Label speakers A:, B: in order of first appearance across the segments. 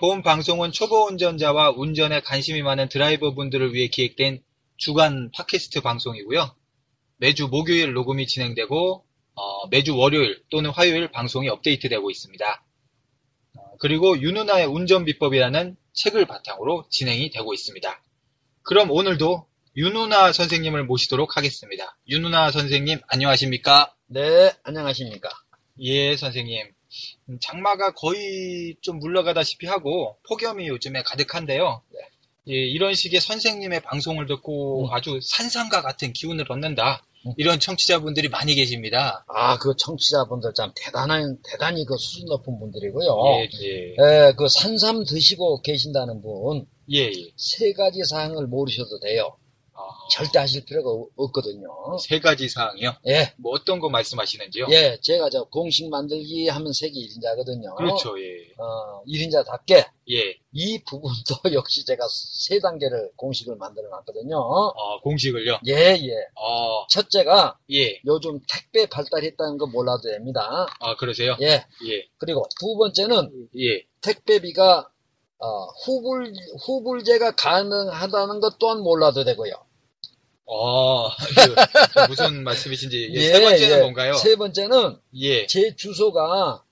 A: 본 방송은 초보 운전자와 운전에 관심이 많은 드라이버 분들을 위해 기획된 주간 팟캐스트 방송이고요. 매주 목요일 녹음이 진행되고, 어, 매주 월요일 또는 화요일 방송이 업데이트되고 있습니다. 어, 그리고 유누나의 운전 비법이라는 책을 바탕으로 진행이 되고 있습니다. 그럼 오늘도 윤누나 선생님을 모시도록 하겠습니다. 윤누나 선생님, 안녕하십니까?
B: 네, 안녕하십니까.
A: 예, 선생님. 음, 장마가 거의 좀 물러가다시피 하고 폭염이 요즘에 가득한데요.
B: 네.
A: 예, 이런 식의 선생님의 방송을 듣고 아주 산삼과 같은 기운을 얻는다.
B: 음.
A: 이런 청취자분들이 많이 계십니다.
B: 아, 그 청취자분들 참 대단한, 대단히 그 수준 높은 분들이고요.
A: 예, 예.
B: 어. 예, 그 산삼 드시고 계신다는 분,
A: 예, 예.
B: 세 가지 사항을 모르셔도 돼요.
A: 아,
B: 절대 하실 필요가 어- 없거든요.
A: 세 가지 사항이요.
B: 예,
A: 뭐 어떤 거 말씀하시는지요?
B: 예, 제가 저 공식 만들기 하면 세계 1인자거든요.
A: 그렇죠, 예.
B: 어, 1인자답게
A: 예.
B: 이 부분도 역시 제가 세 단계를 공식을 만들어 놨거든요.
A: 아, 공식을요?
B: 예, 예.
A: 아,
B: 첫째가
A: 예. 몰라도
B: 요즘 택배 발달했다는 거 몰라도 됩니다.
A: 아, 그러세요?
B: 예.
A: 예.
B: 그리고 두 번째는
A: 예.
B: 택배비가 어, 후불 후불제가 가능하다는 것 또한 몰라도 되고요.
A: 아, 그, 무슨 말씀이신지. 예, 세 번째는
B: 예.
A: 뭔가요?
B: 세 번째는
A: 예.
B: 제 주소가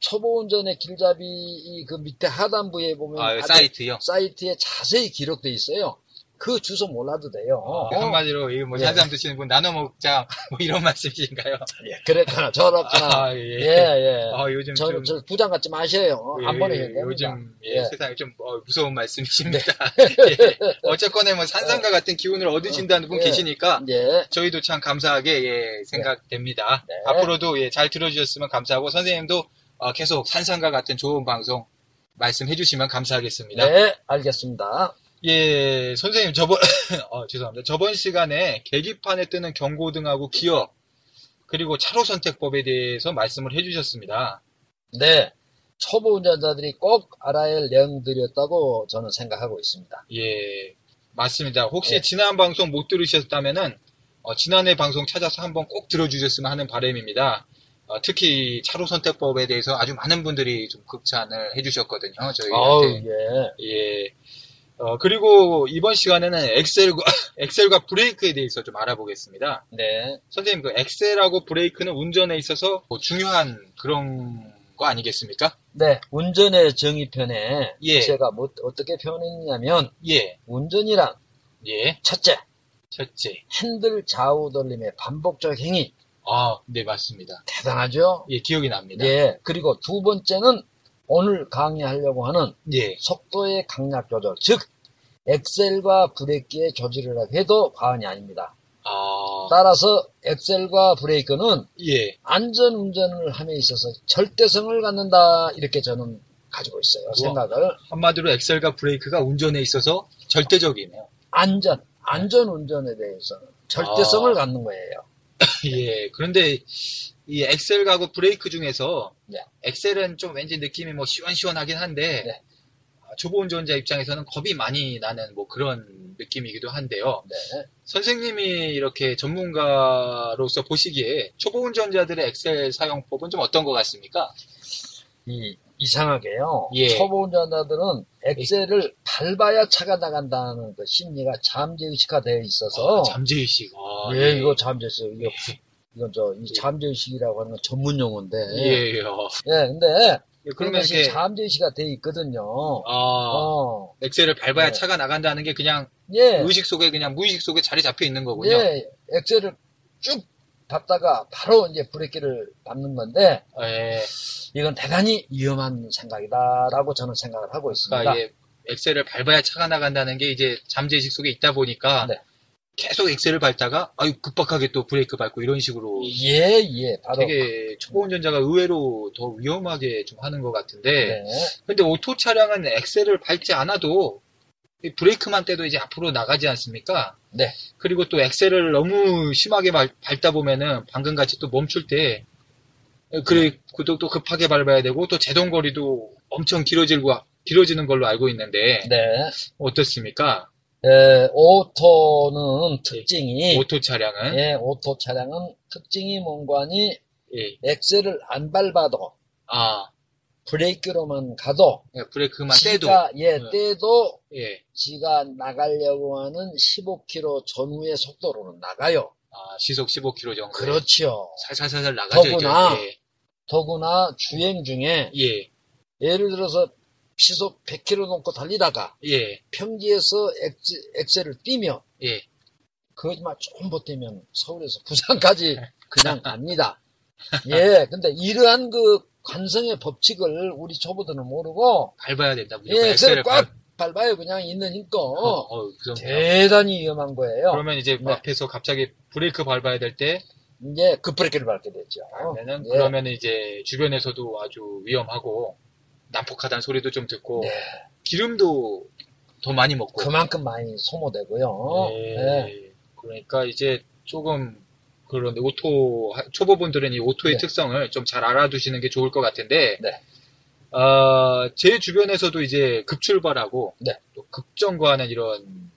B: 초보 운전의 길잡이 이그 밑에 하단부에 보면
A: 아,
B: 아주 네.
A: 사이트요.
B: 사이트에 자세히 기록돼 있어요. 그 주소 몰라도 돼요.
A: 그 한마디로, 이뭐
B: 어. 예.
A: 산삼 드시는 분 나눠 먹자, 뭐 이런 말씀이신가요?
B: 예, 그랬거나 저랬거나
A: 아, 예.
B: 예, 예.
A: 아, 요즘
B: 저,
A: 좀.
B: 저 부장 같지 마세요.
A: 예,
B: 안 보내셔도 됩니다.
A: 요즘 예,
B: 예. 네.
A: 세상에 좀 어, 무서운 말씀이십니다. 예. 어쨌거나 뭐 산삼과 같은 기운을 얻으신다는 분
B: 예.
A: 계시니까
B: 예.
A: 저희도 참 감사하게 예, 생각됩니다.
B: 네.
A: 앞으로도 예, 잘 들어주셨으면 감사하고 선생님도 어, 계속 산삼과 같은 좋은 방송 말씀해 주시면 감사하겠습니다.
B: 네, 알겠습니다.
A: 예, 선생님, 저번, 어, 죄송합니다. 저번 시간에 계기판에 뜨는 경고 등하고 기업, 그리고 차로 선택법에 대해서 말씀을 해주셨습니다.
B: 네. 초보 운전자들이 꼭 알아야 할 내용들이었다고 저는 생각하고 있습니다.
A: 예, 맞습니다. 혹시
B: 예.
A: 지난 방송 못 들으셨다면은, 어, 지난해 방송 찾아서 한번 꼭 들어주셨으면 하는 바람입니다. 어, 특히 차로 선택법에 대해서 아주 많은 분들이 좀 극찬을 해주셨거든요.
B: 아우,
A: 저희한테.
B: 예.
A: 예. 어, 그리고 이번 시간에는 엑셀과, 엑셀과 브레이크에 대해서 좀 알아보겠습니다.
B: 네.
A: 선생님, 그 엑셀하고 브레이크는 운전에 있어서 뭐 중요한 그런 거 아니겠습니까?
B: 네. 운전의 정의편에
A: 예.
B: 제가 뭐, 어떻게 표현했냐면,
A: 예,
B: 운전이란
A: 예.
B: 첫째,
A: 첫째.
B: 핸들 좌우 돌림의 반복적 행위.
A: 아, 네, 맞습니다.
B: 대단하죠?
A: 예, 기억이 납니다.
B: 예. 그리고 두 번째는 오늘 강의하려고 하는
A: 예,
B: 속도의 강약 조절. 즉, 엑셀과 브레이크의 조절이라 해도 과언이 아닙니다.
A: 아,
B: 따라서 엑셀과 브레이크는
A: 예.
B: 안전 운전을 함에 있어서 절대성을 갖는다 이렇게 저는 가지고 있어요 생각을
A: 한마디로 엑셀과 브레이크가 운전에 있어서 절대적이네요.
B: 안전 안전 운전에 대해서는 절대성을
A: 아.
B: 갖는 거예요
A: 예, 그런데 이 엑셀하고 브레이크 중에서
B: 네.
A: 엑셀은 좀 왠지 느낌이 뭐 시원시원하긴 한데
B: 네.
A: 아, 초보 운전자 입장에서는 겁이 많이 나는 뭐 그런 느낌이기도 한데요.
B: 네.
A: 선생님이 이렇게 전문가로서 보시기에 초보 운전자들의 엑셀 사용법은 좀 어떤 것 같습니까?
B: 이 이상하게요
A: 예.
B: 초보 운전자들은 엑셀을 밟아야 차가 나간다는 그 심리가 잠재의식화 되어 있어서
A: 잠재의식. 아,
B: 예, 이거 잠재의식 이거 이건 저 이
A: 예.
B: 잠재의식이라고 하는 건 전문 용어인데
A: 예, 예. 어.
B: 예, 근데
A: 예,
B: 그러면
A: 그러면
B: 이게
A: 이게
B: 잠재의식화 되어 있거든요
A: 아,
B: 어.
A: 엑셀을 밟아야
B: 네.
A: 차가 나간다는 게 그냥
B: 예. 네.
A: 의식 속에 그냥 무의식 속에 자리 잡혀 있는 거군요.
B: 예, 엑셀을 쭉 밟다가 바로 이제 브레이크를 밟는 건데
A: 예,
B: 이건 대단히 위험한 생각이다라고 저는 생각을 하고 있습니다.
A: 그러니까 이게 엑셀을 밟아야 차가 나간다는 게 이제 잠재의식 속에 있다 보니까
B: 네.
A: 계속 엑셀을 밟다가 아유 급박하게 또 브레이크 밟고 이런 식으로
B: 예, 예, 바로.
A: 되게 초보 운전자가 의외로 더 위험하게 좀 하는 것 같은데
B: 네.
A: 근데 오토 차량은 엑셀을 밟지 않아도 이 브레이크만 떼도 이제 앞으로 나가지 않습니까?
B: 네.
A: 그리고 또 엑셀을 너무 심하게 밟, 다 보면은 방금 같이 또 멈출 때 그래 그것도 또 급하게 밟아야 되고 또 제동 거리도 엄청 길어지고 길어지는 걸로 알고 있는데
B: 네.
A: 어떻습니까?
B: 에, 오토는 특징이,
A: 오토 차량은
B: 예, 오토 차량은 특징이 뭔가니
A: 예.
B: 엑셀을 안 밟아도
A: 아 예,
B: 브레이크로만 가도
A: 브레이크만 떼도
B: 지가, 예,
A: 네.
B: 떼도
A: 예.
B: 지가 나가려고 하는 15km 전후의 속도로는 나가요.
A: 아, 시속 15km 정도
B: 그렇지요.
A: 살살살살 나가죠
B: 더구나.
A: 이제
B: 더구나 주행 중에
A: 예.
B: 예를 들어서 시속 100km 넘고 달리다가
A: 예. 예.
B: 평지에서 엑셀, 을 뛰며
A: 예.
B: 그것만 조금 버티면 서울에서 부산까지 그냥 갑니다. 예, 근데 이러한 그 관성의 법칙을 우리 초보들은 모르고
A: 밟아야 된다. 무조건
B: 예, 엑셀을
A: 그 밟-
B: 꽉 밟아요. 그냥 있는 힘껏.
A: 어, 어, 그럼
B: 대단히 위험한 거예요.
A: 그러면 이제
B: 네.
A: 앞에서 갑자기 브레이크 밟아야 될 때,
B: 이제 그 급브레이크를 밟게 되죠.
A: 그러면은,
B: 예.
A: 그러면은 이제 주변에서도 아주 위험하고, 난폭하다는 소리도 좀 듣고,
B: 네.
A: 기름도 더 많이 먹고.
B: 그만큼 많이 소모되고요.
A: 예.
B: 네.
A: 그러니까 이제 조금, 그런데 오토, 초보분들은 이 오토의
B: 네.
A: 특성을 좀 잘 알아두시는 게 좋을 것 같은데,
B: 네.
A: 아, 제 주변에서도 이제 급출발하고,
B: 네.
A: 또 급정거하는 이런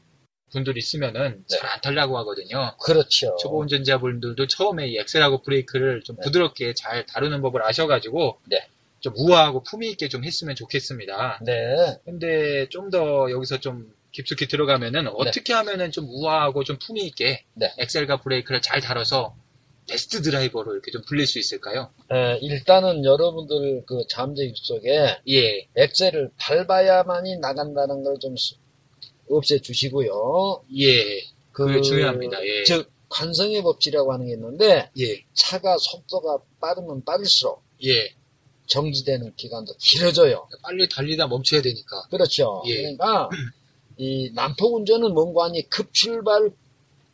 A: 분들이 있으면은
B: 네.
A: 잘 안 탈라고 하거든요.
B: 그렇죠.
A: 초보 운전자분들도 처음에 이 엑셀하고 브레이크를 좀
B: 네.
A: 부드럽게 잘 다루는 법을 아셔가지고
B: 네.
A: 좀 우아하고 품위 있게 좀 했으면 좋겠습니다.
B: 네.
A: 근데 좀 더 여기서 좀 깊숙이 들어가면은 어떻게 하면은 좀 우아하고 좀 품위 있게
B: 네.
A: 엑셀과 브레이크를 잘 다뤄서 베스트 드라이버로 이렇게 좀 불릴 수 있을까요?
B: 에, 일단은 여러분들 그 잠재기 속에
A: 예,
B: 엑셀을 밟아야만이 나간다는 걸 좀 없애주시고요.
A: 예, 그게 중요합니다. 예.
B: 즉, 관성의 법칙이라고 하는 게 있는데,
A: 예,
B: 차가 속도가 빠르면 빠를수록
A: 예.
B: 정지되는 기간도 길어져요.
A: 빨리 달리다 멈춰야 되니까.
B: 그렇죠.
A: 예.
B: 그러니까 이 난폭 운전은 뭔가 아니 급출발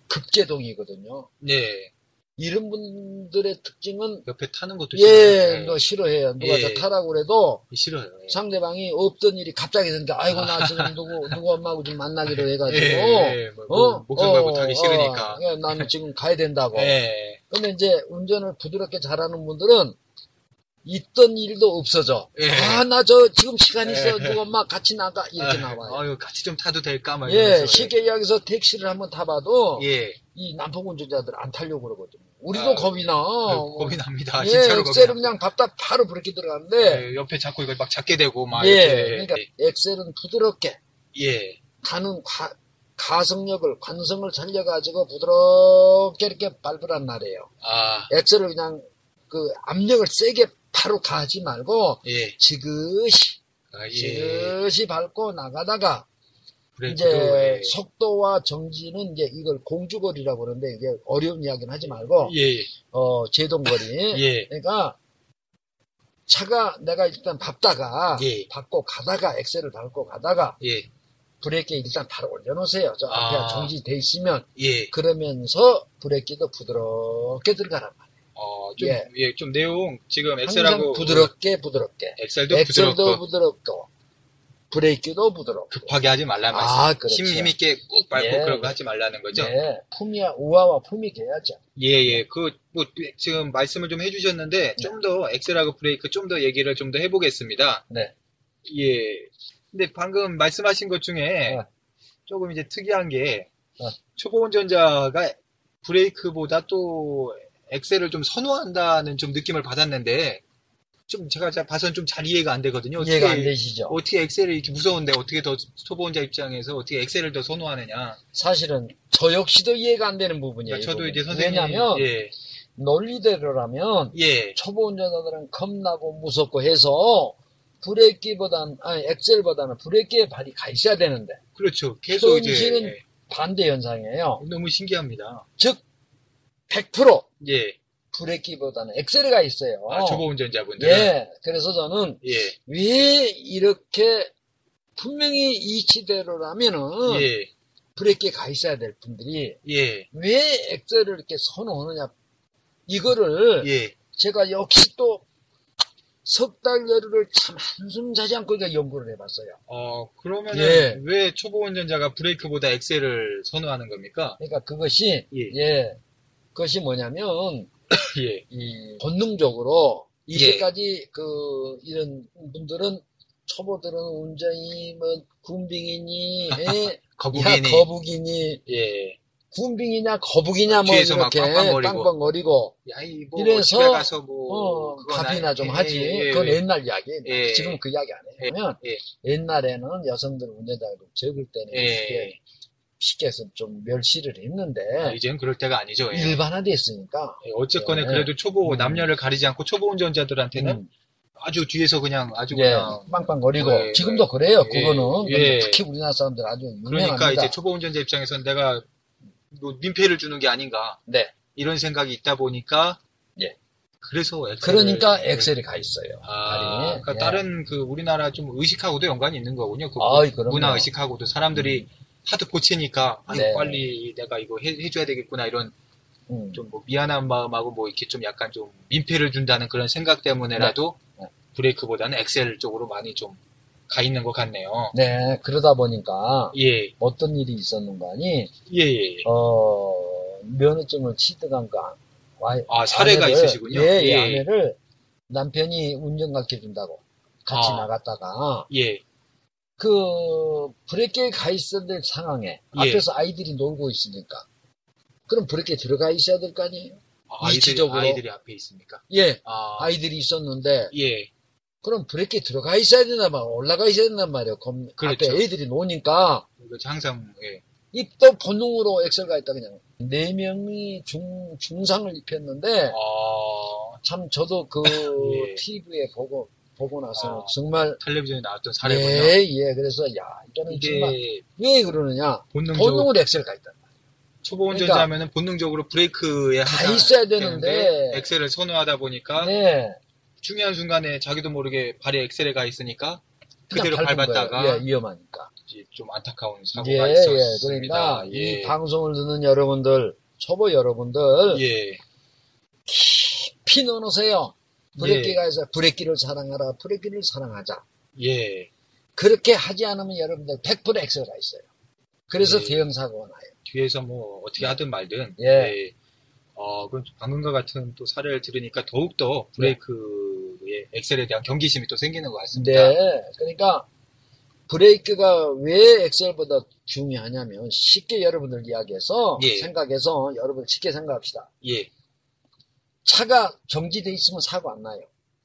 B: 급제동이거든요.
A: 네,
B: 이런 분들의 특징은
A: 옆에 타는 것도
B: 예,
A: 싫어요.
B: 너 싫어해요.
A: 예.
B: 누가 저 타라고 그래도
A: 예, 싫어요. 예.
B: 상대방이 없던 일이 갑자기 생겨. 아이고 나 지금 누구 누구 엄마하고 좀 만나기로 해가지고
A: 예, 예, 뭐,
B: 어?
A: 목숨 걸고 타기 싫으니까.
B: 어, 예, 나는 지금 가야 된다고.
A: 예,
B: 근데 이제 운전을 부드럽게 잘하는 분들은 있던 일도 없어져.
A: 예.
B: 아, 나 저 지금 시간 있어.
A: 예.
B: 누구 엄마 같이 나가. 이렇게 나와요.
A: 아유, 같이 좀 타도 될까? 막
B: 예,
A: 이러면서.
B: 쉽게 이야기해서 택시를 한번 타봐도
A: 예,
B: 이 남포 운전자들 안 타려고 그러거든요. 우리도
A: 아,
B: 겁이 나.
A: 아유, 겁이 납니다.
B: 어, 예,
A: 진짜로 겁이
B: 엑셀은
A: 납니다.
B: 그냥 밟다 바로 브레이크 들어가는데
A: 예, 아, 옆에 자꾸 이걸 막 잡게 되고 막
B: 예,
A: 이렇게
B: 그러니까 엑셀은 부드럽게
A: 예,
B: 가는 가, 가성력을 관성을 살려가지고 부드럽게 이렇게 밟으란 말이에요.
A: 아,
B: 엑셀을 그냥 그 압력을 세게 바로 가지 말고
A: 예,
B: 지그시
A: 아, 예,
B: 지그시 밟고 나가다가
A: 그래도
B: 이제
A: 예,
B: 속도와 정지는 이제 이걸 공주거리라고 그러는데 이게 어려운 이야기는 하지 말고
A: 예,
B: 어 제동거리
A: 예,
B: 그러니까 차가 내가 일단 밟다가
A: 예.
B: 밟고 가다가 엑셀을 밟고 가다가
A: 예,
B: 브레이크에 일단 바로 올려놓으세요 저
A: 아.
B: 앞에 정지돼 있으면
A: 예,
B: 그러면서 브레이크도 부드럽게 들어가란 말이에요
A: 어, 좀,
B: 예.
A: 예. 좀 내용 지금
B: 항상
A: 엑셀하고
B: 부드럽게 부드럽게
A: 엑셀도
B: 엑셀도
A: 부드럽고
B: 부드럽고 브레이크도 부드럽고
A: 급하게 하지 말라는 말씀.
B: 아 그렇죠
A: 힘, 힘 있게 꾹 밟고
B: 예.
A: 그런 거 하지 말라는 거죠.
B: 네, 품위와 우아와 품위 돼야죠
A: 예, 예. 그, 뭐, 지금 말씀을 좀
B: 네.
A: 해주셨는데, 좀 더 엑셀하고 브레이크 좀 더 얘기를 좀 더 해보겠습니다.
B: 네.
A: 예. 근데 방금 말씀하신 것 중에
B: 네.
A: 조금 이제 특이한 게,
B: 네.
A: 초보 운전자가 브레이크보다 또 엑셀을 좀 선호한다는 좀 느낌을 받았는데, 좀 제가 자- 봐선 좀 잘 이해가 안 되거든요. 어떻게,
B: 이해가 안 되시죠?
A: 어떻게 엑셀을 이렇게 무서운데 어떻게 더 초보 운자 입장에서 어떻게 엑셀을 더 선호하느냐.
B: 사실은 저 역시도 이해가 안 되는 부분이에요.
A: 그러니까
B: 예, 이
A: 저도
B: 부분이.
A: 이제 선생님,
B: 왜냐하면
A: 예,
B: 논리대로라면
A: 예,
B: 초보 운전자들은 겁나고 무섭고 해서 브레이크보단 아니 엑셀보다는 브레이크에 발이 가 있어야 되는데
A: 그렇죠. 계속 이제
B: 현실은
A: 예.
B: 반대 현상이에요.
A: 너무 신기합니다.
B: 즉 100%
A: 예.
B: 브레이키보다는 엑셀가 있어요.
A: 아, 초보 운전자분들.
B: 예. 그래서 저는
A: 예.
B: 왜 이렇게 분명히 이 시대로라면은
A: 예.
B: 브레이크에 가 있어야 될 분들이
A: 예.
B: 왜 엑셀을 이렇게 선호하느냐 이거를
A: 예.
B: 제가 역시 또 석 달 여름을 참 한숨 자지 않고 이거 연구를 해봤어요.
A: 어, 그러면은
B: 예.
A: 왜 초보 운전자가 브레이크보다 엑셀을 선호하는 겁니까?
B: 그러니까 그것이
A: 예.
B: 예 그것이 뭐냐면
A: 예.
B: 이 본능적으로
A: 예.
B: 이제까지 그 이런 분들은 초보들은 운전이 뭐 군빙이니 예, 야
A: 거북이니.
B: 거북이니
A: 예.
B: 군빙이냐 거북이냐 뭐
A: 뒤에서 막
B: 이렇게
A: 빵빵거리고.
B: 빵빵거리고
A: 야, 이뭐
B: 이래서,
A: 집에 가서 뭐
B: 어,
A: 그건
B: 갑이나
A: 아니-
B: 좀
A: 예,
B: 하지
A: 예, 예,
B: 그건
A: 예.
B: 옛날 이야기
A: 예.
B: 지금 그 이야기 안
A: 예,
B: 해요 왜냐면
A: 예.
B: 옛날에는 여성들 운전자가 좀 적을 때는
A: 예.
B: 이렇게 쉽게 해서 좀 멸시를 했는데
A: 아, 이제는 그럴 때가 아니죠. 예.
B: 일반화돼 있으니까
A: 예, 어쨌거나
B: 예.
A: 그래도 초보
B: 음.
A: 남녀를 가리지 않고 초보 운전자들한테는
B: 음,
A: 아주 뒤에서 그냥 아주
B: 예,
A: 그냥
B: 빵빵거리고
A: 예,
B: 지금도 그래요
A: 예,
B: 그거는
A: 예.
B: 근데 특히 우리나라 사람들 아주 유명합니다
A: 그러니까 이제 초보 운전자 입장에선 내가 뭐 민폐를 주는 게 아닌가
B: 네.
A: 이런 생각이 있다 보니까
B: 예.
A: 그래서 엑셀을-
B: 그러니까
A: 예.
B: 엑셀이 가 있어요
A: 아,
B: 발이.
A: 그러니까
B: 예.
A: 다른 그 우리나라 좀 의식하고도 연관이 있는 거군요. 그
B: 아이, 그럼요. 음.
A: 문화 의식하고도 사람들이 하도 고치니까 아이
B: 네.
A: 빨리 내가 이거 해, 해줘야 되겠구나 이런
B: 음.
A: 좀 뭐 미안한 마음하고 뭐 이렇게 좀 약간 좀 민폐를 준다는 그런 생각 때문에라도
B: 네.
A: 브레이크보다는 엑셀 쪽으로 많이 좀 가 있는 것 같네요.
B: 네 그러다 보니까
A: 예,
B: 어떤 일이 있었는가니
A: 예, 예.
B: 어, 면허증을 취득한 거. 아- 와,
A: 아, 사례가
B: 아내를,
A: 있으시군요.
B: 예, 예,
A: 예.
B: 아내를 남편이 운전 가르쳐 준다고 같이
A: 아.
B: 나갔다가
A: 예,
B: 그 브레이크에 가 있어야 될 상황에
A: 예.
B: 앞에서 아이들이 놀고 있으니까 그럼 브레이크에 들어가 있어야 될 거 아니에요?
A: 아, 아이들이,
B: 일시적으로.
A: 아이들이 앞에 있습니까?
B: 예,
A: 아,
B: 아이들이 있었는데
A: 예,
B: 그럼 브레이크에 들어가 있어야 된단 말, 올라가 있어야 된단 말이에요. 검,
A: 그렇죠.
B: 앞에 애들이 노니까
A: 이거 항상 예,
B: 입도 본능으로 엑셀가 있다 그냥 네 명이 중 중상을 입혔는데
A: 아,
B: 참 저도 그
A: 예.
B: TV에 보고 보고 나서
A: 아,
B: 정말
A: 텔레비전에 나왔던 사례군요.
B: 예예 그래서 야 이거는 정말
A: 이게
B: 왜 그러느냐
A: 본능적으로
B: 본능으로 엑셀 가 있다
A: 초보
B: 그러니까-
A: 운전자면은 본능적으로 브레이크에
B: 가
A: 항상
B: 있어야 되는데
A: 되는데 엑셀을 선호하다 보니까
B: 네
A: 중요한 순간에 자기도 모르게 발이 엑셀에 가 있으니까
B: 그냥
A: 그대로
B: 밟은
A: 밟았다가
B: 거예요. 예, 위험하니까
A: 이제 좀 안타까운
B: 예,
A: 사고가
B: 예
A: 있었습니다. 예.
B: 그러니까 이 방송을 듣는 여러분들 초보 여러분들
A: 예,
B: 피 넣어놓으세요
A: 예.
B: 브레이크가 해서 브레이크를 사랑하라 브레이크를 사랑하자
A: 예,
B: 그렇게 하지 않으면 여러분들 100% 엑셀 가 있어요 그래서
A: 예.
B: 대형 사고가 나요
A: 뒤에서 뭐 어떻게 하든 말든
B: 예.
A: 예. 어, 그럼 방금과 같은 또 사례를 들으니까 더욱더 브레이크의 엑셀에 대한 경기심이 또 생기는 것 같습니다.
B: 네. 그러니까 브레이크가 왜 엑셀보다 중요하냐면 쉽게 여러분들 이야기해서
A: 예.
B: 생각해서 여러분 쉽게 생각합시다.
A: 예,
B: 차가 정지돼 있으면 사고 안 나요.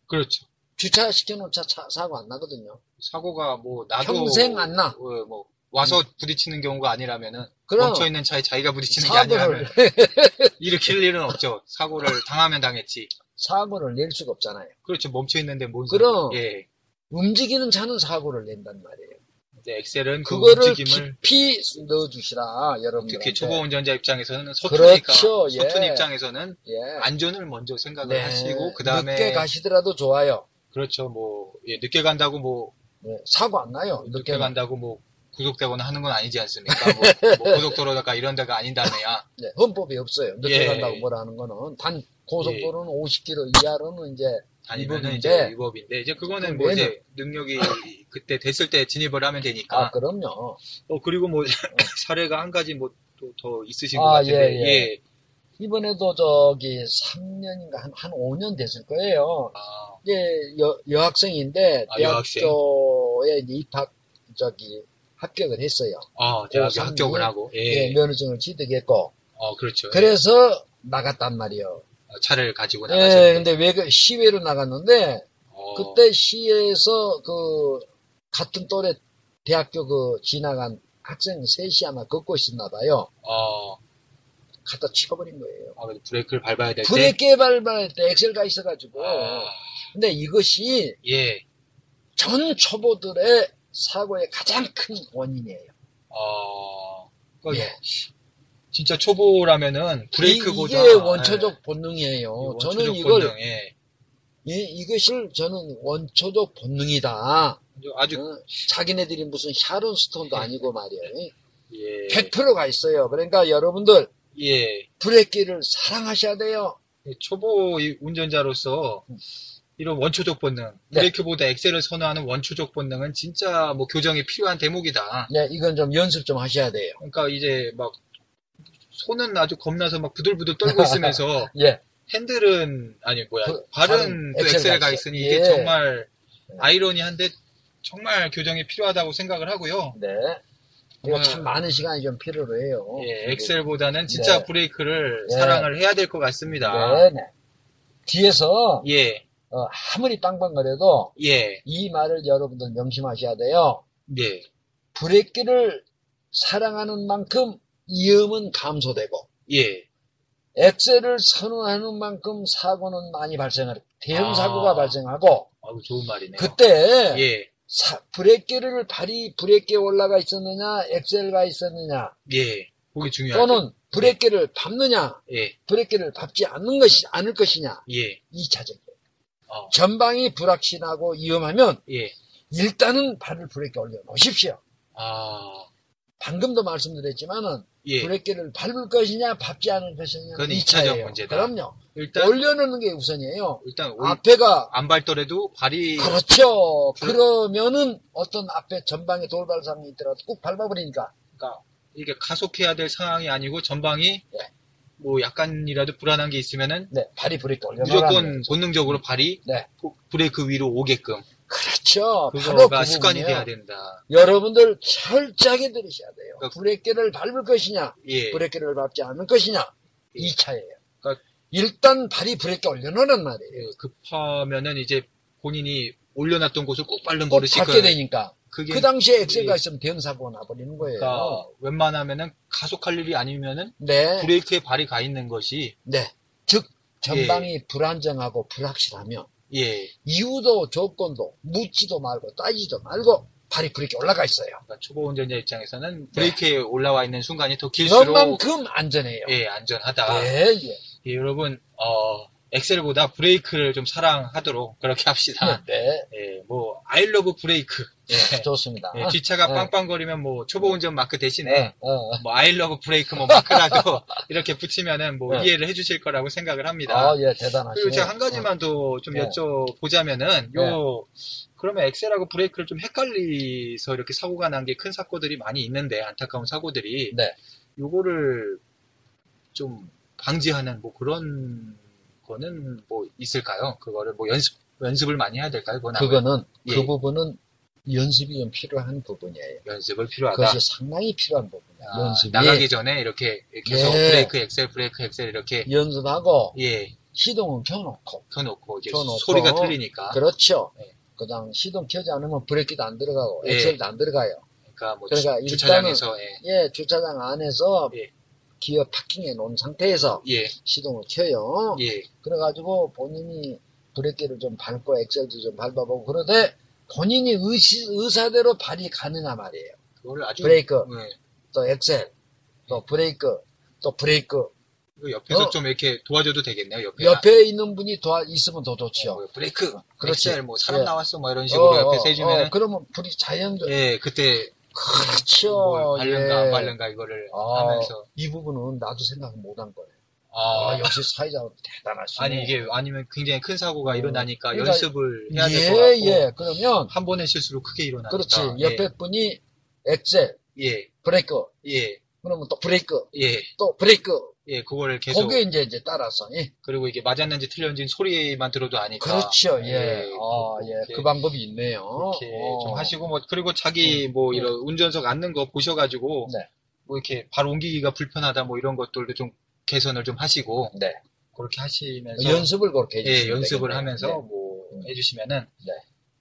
A: 그렇죠.
B: 주차 시켜놓은 차, 차 사고 안 나거든요.
A: 사고가 뭐 나도
B: 평생 안 나. 음.
A: 어, 뭐 와서 부딪히는 경우가 아니라면은
B: 그럼
A: 멈춰 있는 차에 자기가 부딪히는 게
B: 사고를
A: 아니라면 일으킬 일은 없죠. 사고를 당하면 당했지.
B: 사고를 낼 수가 없잖아요.
A: 그렇죠. 멈춰 있는데 뭔
B: 그럼.
A: 상관- 예.
B: 움직이는 차는 사고를 낸단 말이에요.
A: 이제 엑셀은 그
B: 그거를
A: 움직임을
B: 깊이 넣어주시라 여러분들.
A: 특히 초보 운전자 입장에서는 서투니까
B: 그렇죠, 예.
A: 서툰 입장에서는
B: 예. 네.
A: 안전을 먼저 생각을 하시고 그 다음에
B: 늦게 가시더라도 좋아요.
A: 그렇죠 뭐 예, 늦게 간다고 뭐
B: 예, 사고 안 나요.
A: 늦게
B: 늦게 가.
A: 간다고 뭐 구속되거나 하는 건 아니지 않습니까? 뭐, 뭐 고속도로다가 이런 데가 아닌다며야
B: 네, 헌법이 없어요. 늦게
A: 예.
B: 간다고 뭐라 하는 거는. 단, 고속도로는 50km 이하로는 이제,
A: 아니면은
B: 위법인데.
A: 이제 위법인데 이제 그거는 뭐
B: 그건
A: 이제 능력이 그때 됐을 때 진입을 하면
B: 아,
A: 되니까
B: 그럼요.
A: 어 그리고 뭐 사례가 한 가지 뭐 또 더 있으신
B: 아,
A: 것 같은데
B: 예, 예. 이번에도 저기 3년인가 한, 한 5년 됐을 거예요.
A: 아,
B: 이제 여, 여학생인데,
A: 아, 여학생.
B: 대학교에 이제 입학, 저기, 합격을 했어요.
A: 아, 대학교
B: 삼
A: 합격을
B: 년?
A: 하고
B: 예,
A: 예,
B: 면허증을 취득했고.
A: 어 그렇죠 예. 아,
B: 그래서 나갔단 말이에요.
A: 차를 가지고
B: 예,
A: 나가셨는데
B: 근데 왜, 그 시외로 나갔는데,
A: 어,
B: 그때 시에서 그, 같은 또래 대학교 그, 지나간 학생 셋이 아마 걷고 있었나 봐요.
A: 어,
B: 갖다 치워버린 거예요.
A: 아, 그래도 브레이크를 밟아야 될 때.
B: 브레이크에 밟을 때 엑셀가 있어가지고.
A: 네. 아,
B: 근데 이것이
A: 예.
B: 전 초보들의 사고의 가장 큰 원인이에요.
A: 어, 그러니까
B: 예.
A: 진짜 초보라면은
B: 이,
A: 브레이크보다
B: 게
A: 예,
B: 원초적 본능이에요.
A: 원초적
B: 저는 이걸
A: 본능, 예.
B: 이, 이것을 저는 원초적 본능이다.
A: 아주
B: 어, 자기네들이 무슨 샤론 스톤도 아니고 말이에요.
A: 예,
B: 100%가 있어요. 그러니까 여러분들
A: 예.
B: 브레이크를 사랑하셔야 돼요.
A: 이 초보 이 운전자로서 이런 원초적 본능,
B: 네.
A: 브레이크보다 엑셀을 선호하는 원초적 본능은 진짜 뭐 교정이 필요한 대목이다.
B: 네, 이건 좀 연습 좀 하셔야 돼요.
A: 그러니까 이제 막 손은 아주 겁나서 막 부들부들 떨고 있으면서
B: 예,
A: 핸들은 아니 뭐야
B: 그, 발은
A: 발은 또
B: 엑셀에
A: 엑셀에
B: 가
A: 가
B: 있어.
A: 있으니
B: 예. 네.
A: 이게 정말 아이러니한데 정말 교정이 필요하다고 생각을 하고요.
B: 네. 이거
A: 어.
B: 참 많은 시간이 좀 필요로 해요.
A: 예, 엑셀보다는 진짜
B: 어? 네.
A: 브레이크를
B: 네.
A: 사랑을 해야 될 것 같습니다.
B: 네, 네. 뒤에서
A: 예,
B: 어, 아무리 빵빵거려도
A: 예,
B: 이 말을 여러분들 명심하셔야 돼요.
A: 예,
B: 브레이크를 사랑하는 만큼 이음은 감소되고
A: 예.
B: 엑셀을 선호하는 만큼 사고는 많이 발생을 대형
A: 아.
B: 사고가 발생하고
A: 아우 좋은 말이네요.
B: 그때
A: 예,
B: 사- 브레이크를 발이 브레이크에 올라가 있었느냐 엑셀가 있었느냐
A: 예. 그게 중요하죠.
B: 또는 브레이크를 밟느냐
A: 예,
B: 브레이크를 밟지 않는 것이 않을 것이냐
A: 예,
B: 이차적이에요
A: 어.
B: 전방이 불확실하고 위험하면
A: 예.
B: 일단은 발을 브레이크에 올려 놓으십시오.
A: 아,
B: 방금도 말씀드렸지만은
A: 예.
B: 브레이크를 밟을 것이냐 밟지 않을 것이냐
A: 그건
B: 이
A: 이차적
B: 차예요.
A: 문제다.
B: 그럼요.
A: 일단
B: 올려놓는 게 우선이에요.
A: 일단 올-
B: 앞에가
A: 안 밟더라도 발이
B: 그렇죠.
A: 그래.
B: 그러면은 어떤 앞에 전방에 돌발상이 있더라도 꼭 밟아버리니까
A: 그러니까 이게 가속해야 될 상황이 아니고 전방이
B: 네.
A: 뭐 약간이라도 불안한 게 있으면은
B: 네, 발이 브레이크 올려놓으라는 거예요.
A: 무조건 본능적으로 발이
B: 네.
A: 부- 브레이크 위로 오게끔
B: 그렇죠. 바로
A: 그거가
B: 그
A: 습관이
B: 부분이에요.
A: 돼야 된다.
B: 여러분들 철저하게 들으셔야 돼요.
A: 그러니까-
B: 브레이크를 밟을 것이냐,
A: 예,
B: 브레이크를 밟지 않을 것이냐
A: 예.
B: 이 차예요.
A: 그러니까-
B: 일단 발이 브레이크 올려놓는 말이에요.
A: 예, 급하면은 이제 본인이 올려놨던 곳을 꼭 밟는
B: 꼭
A: 버릇이
B: 밟게 되니까
A: 그게
B: 그 당시에 엑셀가
A: 예.
B: 있으면 대형 사고가 나버리는 거예요.
A: 그러니까 웬만하면은 가속할 일이 아니면은
B: 네,
A: 브레이크에 발이 가 있는 것이
B: 네. 즉 전방이 불안정하고 불확실하면
A: 예
B: 이유도 조건도 묻지도 말고 따지도 말고 발이 브레이크 올라가 있어요.
A: 그러니까 초보 운전자 입장에서는 브레이크에 올라와 있는 순간이 더 길수록
B: 네. 그만큼 안전해요.
A: 예 안전하다.
B: 예, 예.
A: 예, 여러분 어, 엑셀보다 브레이크를 좀 사랑하도록 그렇게 합시다.
B: 네,
A: 예, 뭐 아이러브 브레이크. 예.
B: 좋습니다.
A: 예, 뒷차가
B: 네.
A: 빵빵거리면 뭐 초보 운전 마크 대신에
B: 어, 어.
A: 뭐 아이러브 브레이크 뭐 마크라도 이렇게 붙이면은 뭐
B: 네.
A: 이해를 해주실 거라고 생각을 합니다.
B: 아, 예, 대단하시네요.
A: 그리고 제가 한 가지만 더 좀
B: 네.
A: 여쭤보자면은 요 그러면 엑셀하고 브레이크를 좀 헷갈리서 이렇게 사고가 난 게 큰 사고들이 많이 있는데 안타까운 사고들이
B: 네.
A: 요거를 좀 방지하는 뭐 그런 거는 뭐 있을까요? 그거를 뭐 연습 연습을 많이 해야 될까요? 그건 아무래도
B: 그거는
A: 예.
B: 그 부분은 연습이 좀 필요한 부분이에요.
A: 뭐 연습을 필요하다.
B: 그것이 상당히 필요한 부분이에요.
A: 아,
B: 연습이
A: 나가기 전에 이렇게 계속
B: 예.
A: 브레이크 엑셀 브레이크 엑셀 이렇게
B: 연습하고
A: 예
B: 시동은 켜놓고
A: 켜놓고 이제
B: 켜놓고.
A: 소리가 틀리니까
B: 그렇죠.
A: 네.
B: 그다음 시동 켜지 않으면 브레이크도 안 들어가고
A: 예.
B: 엑셀도 안 들어가요.
A: 그러니까 뭐
B: 그러니까
A: 주-
B: 일단은-
A: 주차장에서 예.
B: 예, 주차장 안에서
A: 예.
B: 기어 파킹해 놓은 상태에서
A: 예,
B: 시동을 켜요.
A: 예,
B: 그래가지고 본인이 브레이크를 좀 밟고 엑셀도 좀 밟아보고 그런데 본인이 의시, 의사대로 발이 가느냐 말이에요.
A: 그거를 아주
B: 브레이크.
A: 예.
B: 또 엑셀, 또 브레이크, 또 브레이크.
A: 이거 옆에서
B: 어.
A: 좀 이렇게 도와줘도 되겠네요. 옆에
B: 옆에 있는 분이 도와 있으면 더 좋지요.
A: 뭐 브레이크,
B: 그렇지.
A: 엑셀, 뭐 사람
B: 예.
A: 나왔어, 뭐 이런 식으로
B: 어,
A: 옆에서
B: 어,
A: 해주면
B: 어, 그러면 불이 자연적으로
A: 예, 그때
B: 그렇죠.
A: 뭘 발른가
B: 예.
A: 안 발른가 이거를
B: 아,
A: 하면서
B: 이 부분은 나도 생각 못 한 거예요.
A: 아,
B: 아, 역시 사회자 대단하시네.
A: 아니 이게 아니면 굉장히 큰 사고가
B: 음.
A: 일어나니까
B: 그러니까
A: 연습을 해야 될 것
B: 예,
A: 같고 아, 예.
B: 예. 그러면
A: 한 번의 실수로 크게 일어나니까
B: 그렇지. 옆에 분이 엑셀,
A: 예, 예,
B: 브레이크.
A: 예,
B: 그러면 또 브레이크,
A: 예,
B: 또 브레이크.
A: 예, 그거를 계속
B: 거기에 이제 이제 따라서. 예.
A: 그리고 이게 맞았는지 틀렸는지 소리만 들어도 아니까
B: 그렇죠. 예. 아,
A: 그렇게
B: 예. 그 방법이 있네요.
A: 이렇게 좀
B: 어.
A: 하시고 뭐 그리고 자기 뭐
B: 음.
A: 이런 운전석 앉는 거 보셔가지고
B: 네.
A: 뭐 이렇게 발 옮기기가 불편하다 뭐 이런 것들도 좀 개선을 좀 하시고
B: 네.
A: 그렇게 하시면서
B: 연습을 그렇게 해
A: 예, 연습을 하면서 뭐
B: 음.
A: 해주시면은
B: 네.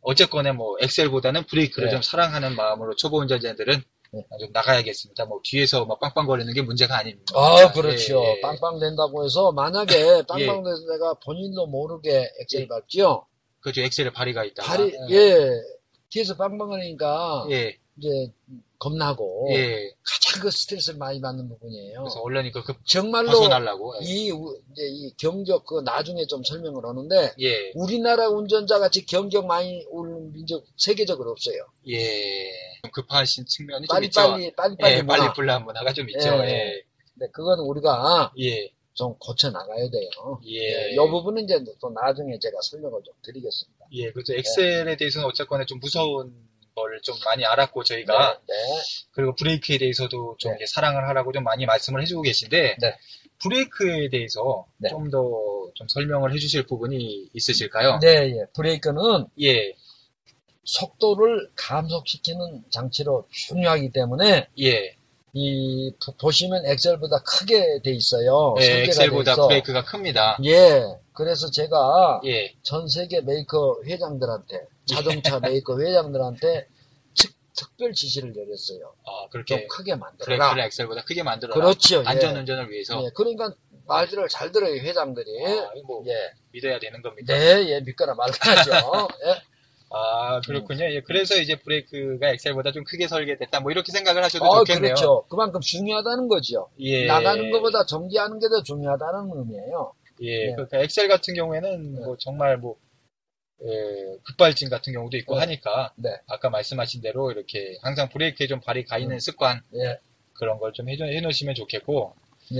A: 어쨌거나 뭐 엑셀보다는 브레이크를
B: 네.
A: 좀 사랑하는 마음으로 초보 운전자들은 아,
B: 네.
A: 좀 나가야겠습니다. 뭐 뒤에서 막 빵빵거리는 게 문제가 아닙니다.
B: 아, 그렇죠.
A: 예, 예.
B: 빵빵 된다고 해서 만약에 빵빵 돼서 내가 본인도 모르게 엑셀
A: 예.
B: 밟지요.
A: 그렇죠. 엑셀에 발이가 있다.
B: 발이 예 뒤에서 빵빵하니까
A: 예.
B: 이제 겁나고
A: 예.
B: 가장 그 스트레스를 많이 받는 부분이에요.
A: 그래서 얼른 그, 그
B: 정말로
A: 벗어나려고. 예.
B: 이 우- 이제 이 경적 그 나중에 좀 설명을 하는데
A: 예.
B: 우리나라 운전자 같이 경적 많이 오는 민족 세계적으로 없어요.
A: 예. 좀 급하신 측면이 좀
B: 빨리
A: 있죠.
B: 빨리 빨리 빨리 뭐.
A: 예, 빨리 불난 문화가 좀 있죠.
B: 예.
A: 예.
B: 근데 그건 우리가
A: 예.
B: 좀 고쳐 나가야 돼요.
A: 예.
B: 이 부분은 이제 또 나중에 제가 설명을 좀 드리겠습니다.
A: 예, 그렇죠. 엑셀에 대해서는 어쨌거나 좀 무서운 걸 좀 많이 알았고 저희가
B: 네, 네.
A: 그리고 브레이크에 대해서도 좀
B: 네.
A: 이제 사랑을 하라고 좀 많이 말씀을 해주고 계신데
B: 네.
A: 브레이크에 대해서
B: 네.
A: 좀 더 좀 설명을 해주실 부분이 있으실까요?
B: 네, 예. 브레이크는
A: 예,
B: 속도를 감속시키는 장치로 중요하기 때문에
A: 예.
B: 이 보- 보시면 엑셀보다 크게 돼 있어요.
A: 예,
B: 설계가 돼
A: 엑셀보다
B: 있어.
A: 브레이크가 큽니다.
B: 예. 그래서 제가
A: 예,
B: 전 세계 메이커 회장들한테 자동차 메이커 회장들한테 특, 특별 지시를 내렸어요.
A: 아,
B: 좀
A: 그렇게
B: 크게 만들어라.
A: 브레이크를 엑셀보다 크게 만들어라.
B: 그렇죠. 예.
A: 안전운전을 위해서
B: 예, 그러니까 말들을 잘 들어요 회장들이.
A: 아, 이거 뭐
B: 예.
A: 믿어야 되는 겁니다.
B: 네, 예, 믿거나 말거나죠. 예.
A: 아, 그렇군요. 예, 그래서 이제 브레이크가 엑셀보다 좀 크게 설계됐다. 뭐 이렇게 생각을 하셔도
B: 어,
A: 좋겠네요.
B: 그렇죠. 그만큼 중요하다는 거죠.
A: 예.
B: 나가는 것보다 정지하는 게 더 중요하다는 의미예요.
A: 예,
B: 네.
A: 그러니까 엑셀 같은 경우에는
B: 네.
A: 뭐 정말 뭐 예, 급발진 같은 경우도 있고
B: 네.
A: 하니까
B: 네.
A: 아까 말씀하신 대로 이렇게 항상 브레이크에 좀 발이 가 있는 습관
B: 예.
A: 그런 걸 좀 해놓으시면 좋겠고
B: 예.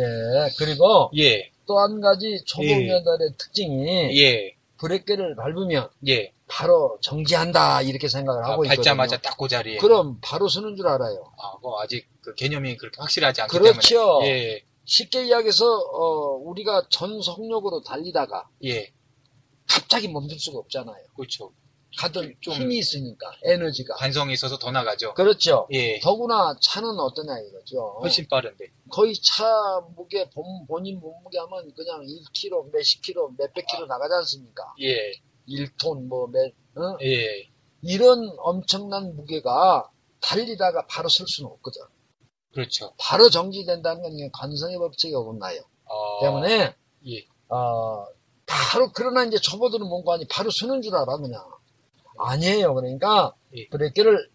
B: 그리고
A: 예,
B: 또 한 가지 초보
A: 예.
B: 운전자의 특징이
A: 예,
B: 브레이크를 밟으면
A: 예.
B: 바로 정지한다 이렇게 생각을
A: 아,
B: 하고 있거든요.
A: 밟자마자 딱 그 자리에
B: 그럼 바로 서는 줄 알아요.
A: 아, 뭐 아직 그 개념이 아, 그렇게 확실하지 않기
B: 그렇죠.
A: 때문에 예,
B: 쉽게 이야기해서 어, 우리가 전속력으로 달리다가
A: 예,
B: 갑자기 멈출 수가 없잖아요.
A: 그렇죠.
B: 가든
A: 좀-
B: 힘이 있으니까 에너지가.
A: 관성이 있어서 더 나가죠.
B: 그렇죠.
A: 아. 예,
B: 더구나 차는 어떠냐 이거죠.
A: 훨씬 빠른데.
B: 거의 차 무게 본, 본인 몸무게 하면 그냥 1kg, 몇십 킬로, 몇백
A: 아.
B: 킬로 나가지 않습니까?
A: 예,
B: 1톤 뭐 몇, 어?
A: 예,
B: 이런 엄청난 무게가 달리다가 바로 설 수는 없거든.
A: 그렇죠.
B: 바로 정지된다는 건 이게 관성의 법칙에 어긋나요.
A: 아,
B: 때문에
A: 예.
B: 어, 바로 그러나 이제 초보들은 뭔가 아니 바로 서는 줄 알아 그냥 아니에요. 그러니까
A: 예.
B: 브레이크를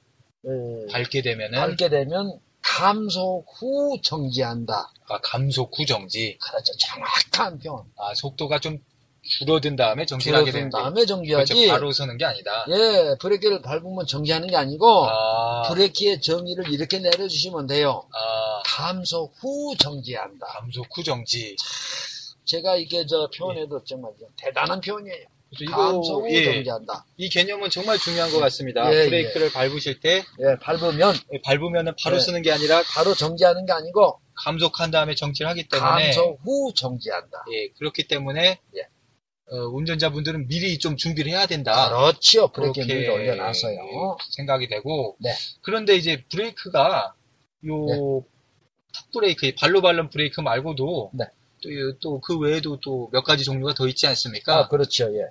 B: 어,
A: 밟게 되면은
B: 밟게 되면 감속 후 정지한다.
A: 아, 감속 후 정지.
B: 그렇죠. 정확한 표현.
A: 아, 속도가 좀 줄어든 다음에 정지를 하게
B: 줄어든
A: 되는데.
B: 다음에
A: 그렇죠.
B: 정지하지.
A: 바로 서는 게 아니다.
B: 예, 브레이크를 밟으면 정지하는 게 아니고
A: 아,
B: 브레이크의 정의를 이렇게 내려주시면 돼요.
A: 아,
B: 감속 후 정지한다.
A: 감속 후 정지.
B: 제가 이게 저 표현해도 정말 대단한 표현이에요.
A: 그래서
B: 감속
A: 예. 이거,
B: 후
A: 예,
B: 정지한다.
A: 이 개념은 정말 중요한 것 같습니다.
B: 예,
A: 브레이크를 밟으실 때,
B: 예, 밟으면
A: 밟으면 바로
B: 예.
A: 쓰는 게 아니라
B: 바로 정지하는 게 아니고
A: 감속한 다음에 정지를 하기 때문에.
B: 감속 후 정지한다.
A: 예, 그렇기 때문에,
B: 예.
A: 어, 운전자분들은 미리 좀 준비를 해야 된다.
B: 아, 그렇지요. 그렇죠. 브레이크
A: 그렇게
B: 물을 올려놨어요.
A: 생각이 되고
B: 네.
A: 그런데 이제 브레이크가 요 풋브레이크, 발로 밟는 브레이크 말고도
B: 네.
A: 또 그 외에도 또 몇 가지 종류가 더 있지 않습니까?
B: 아, 그렇죠. 예.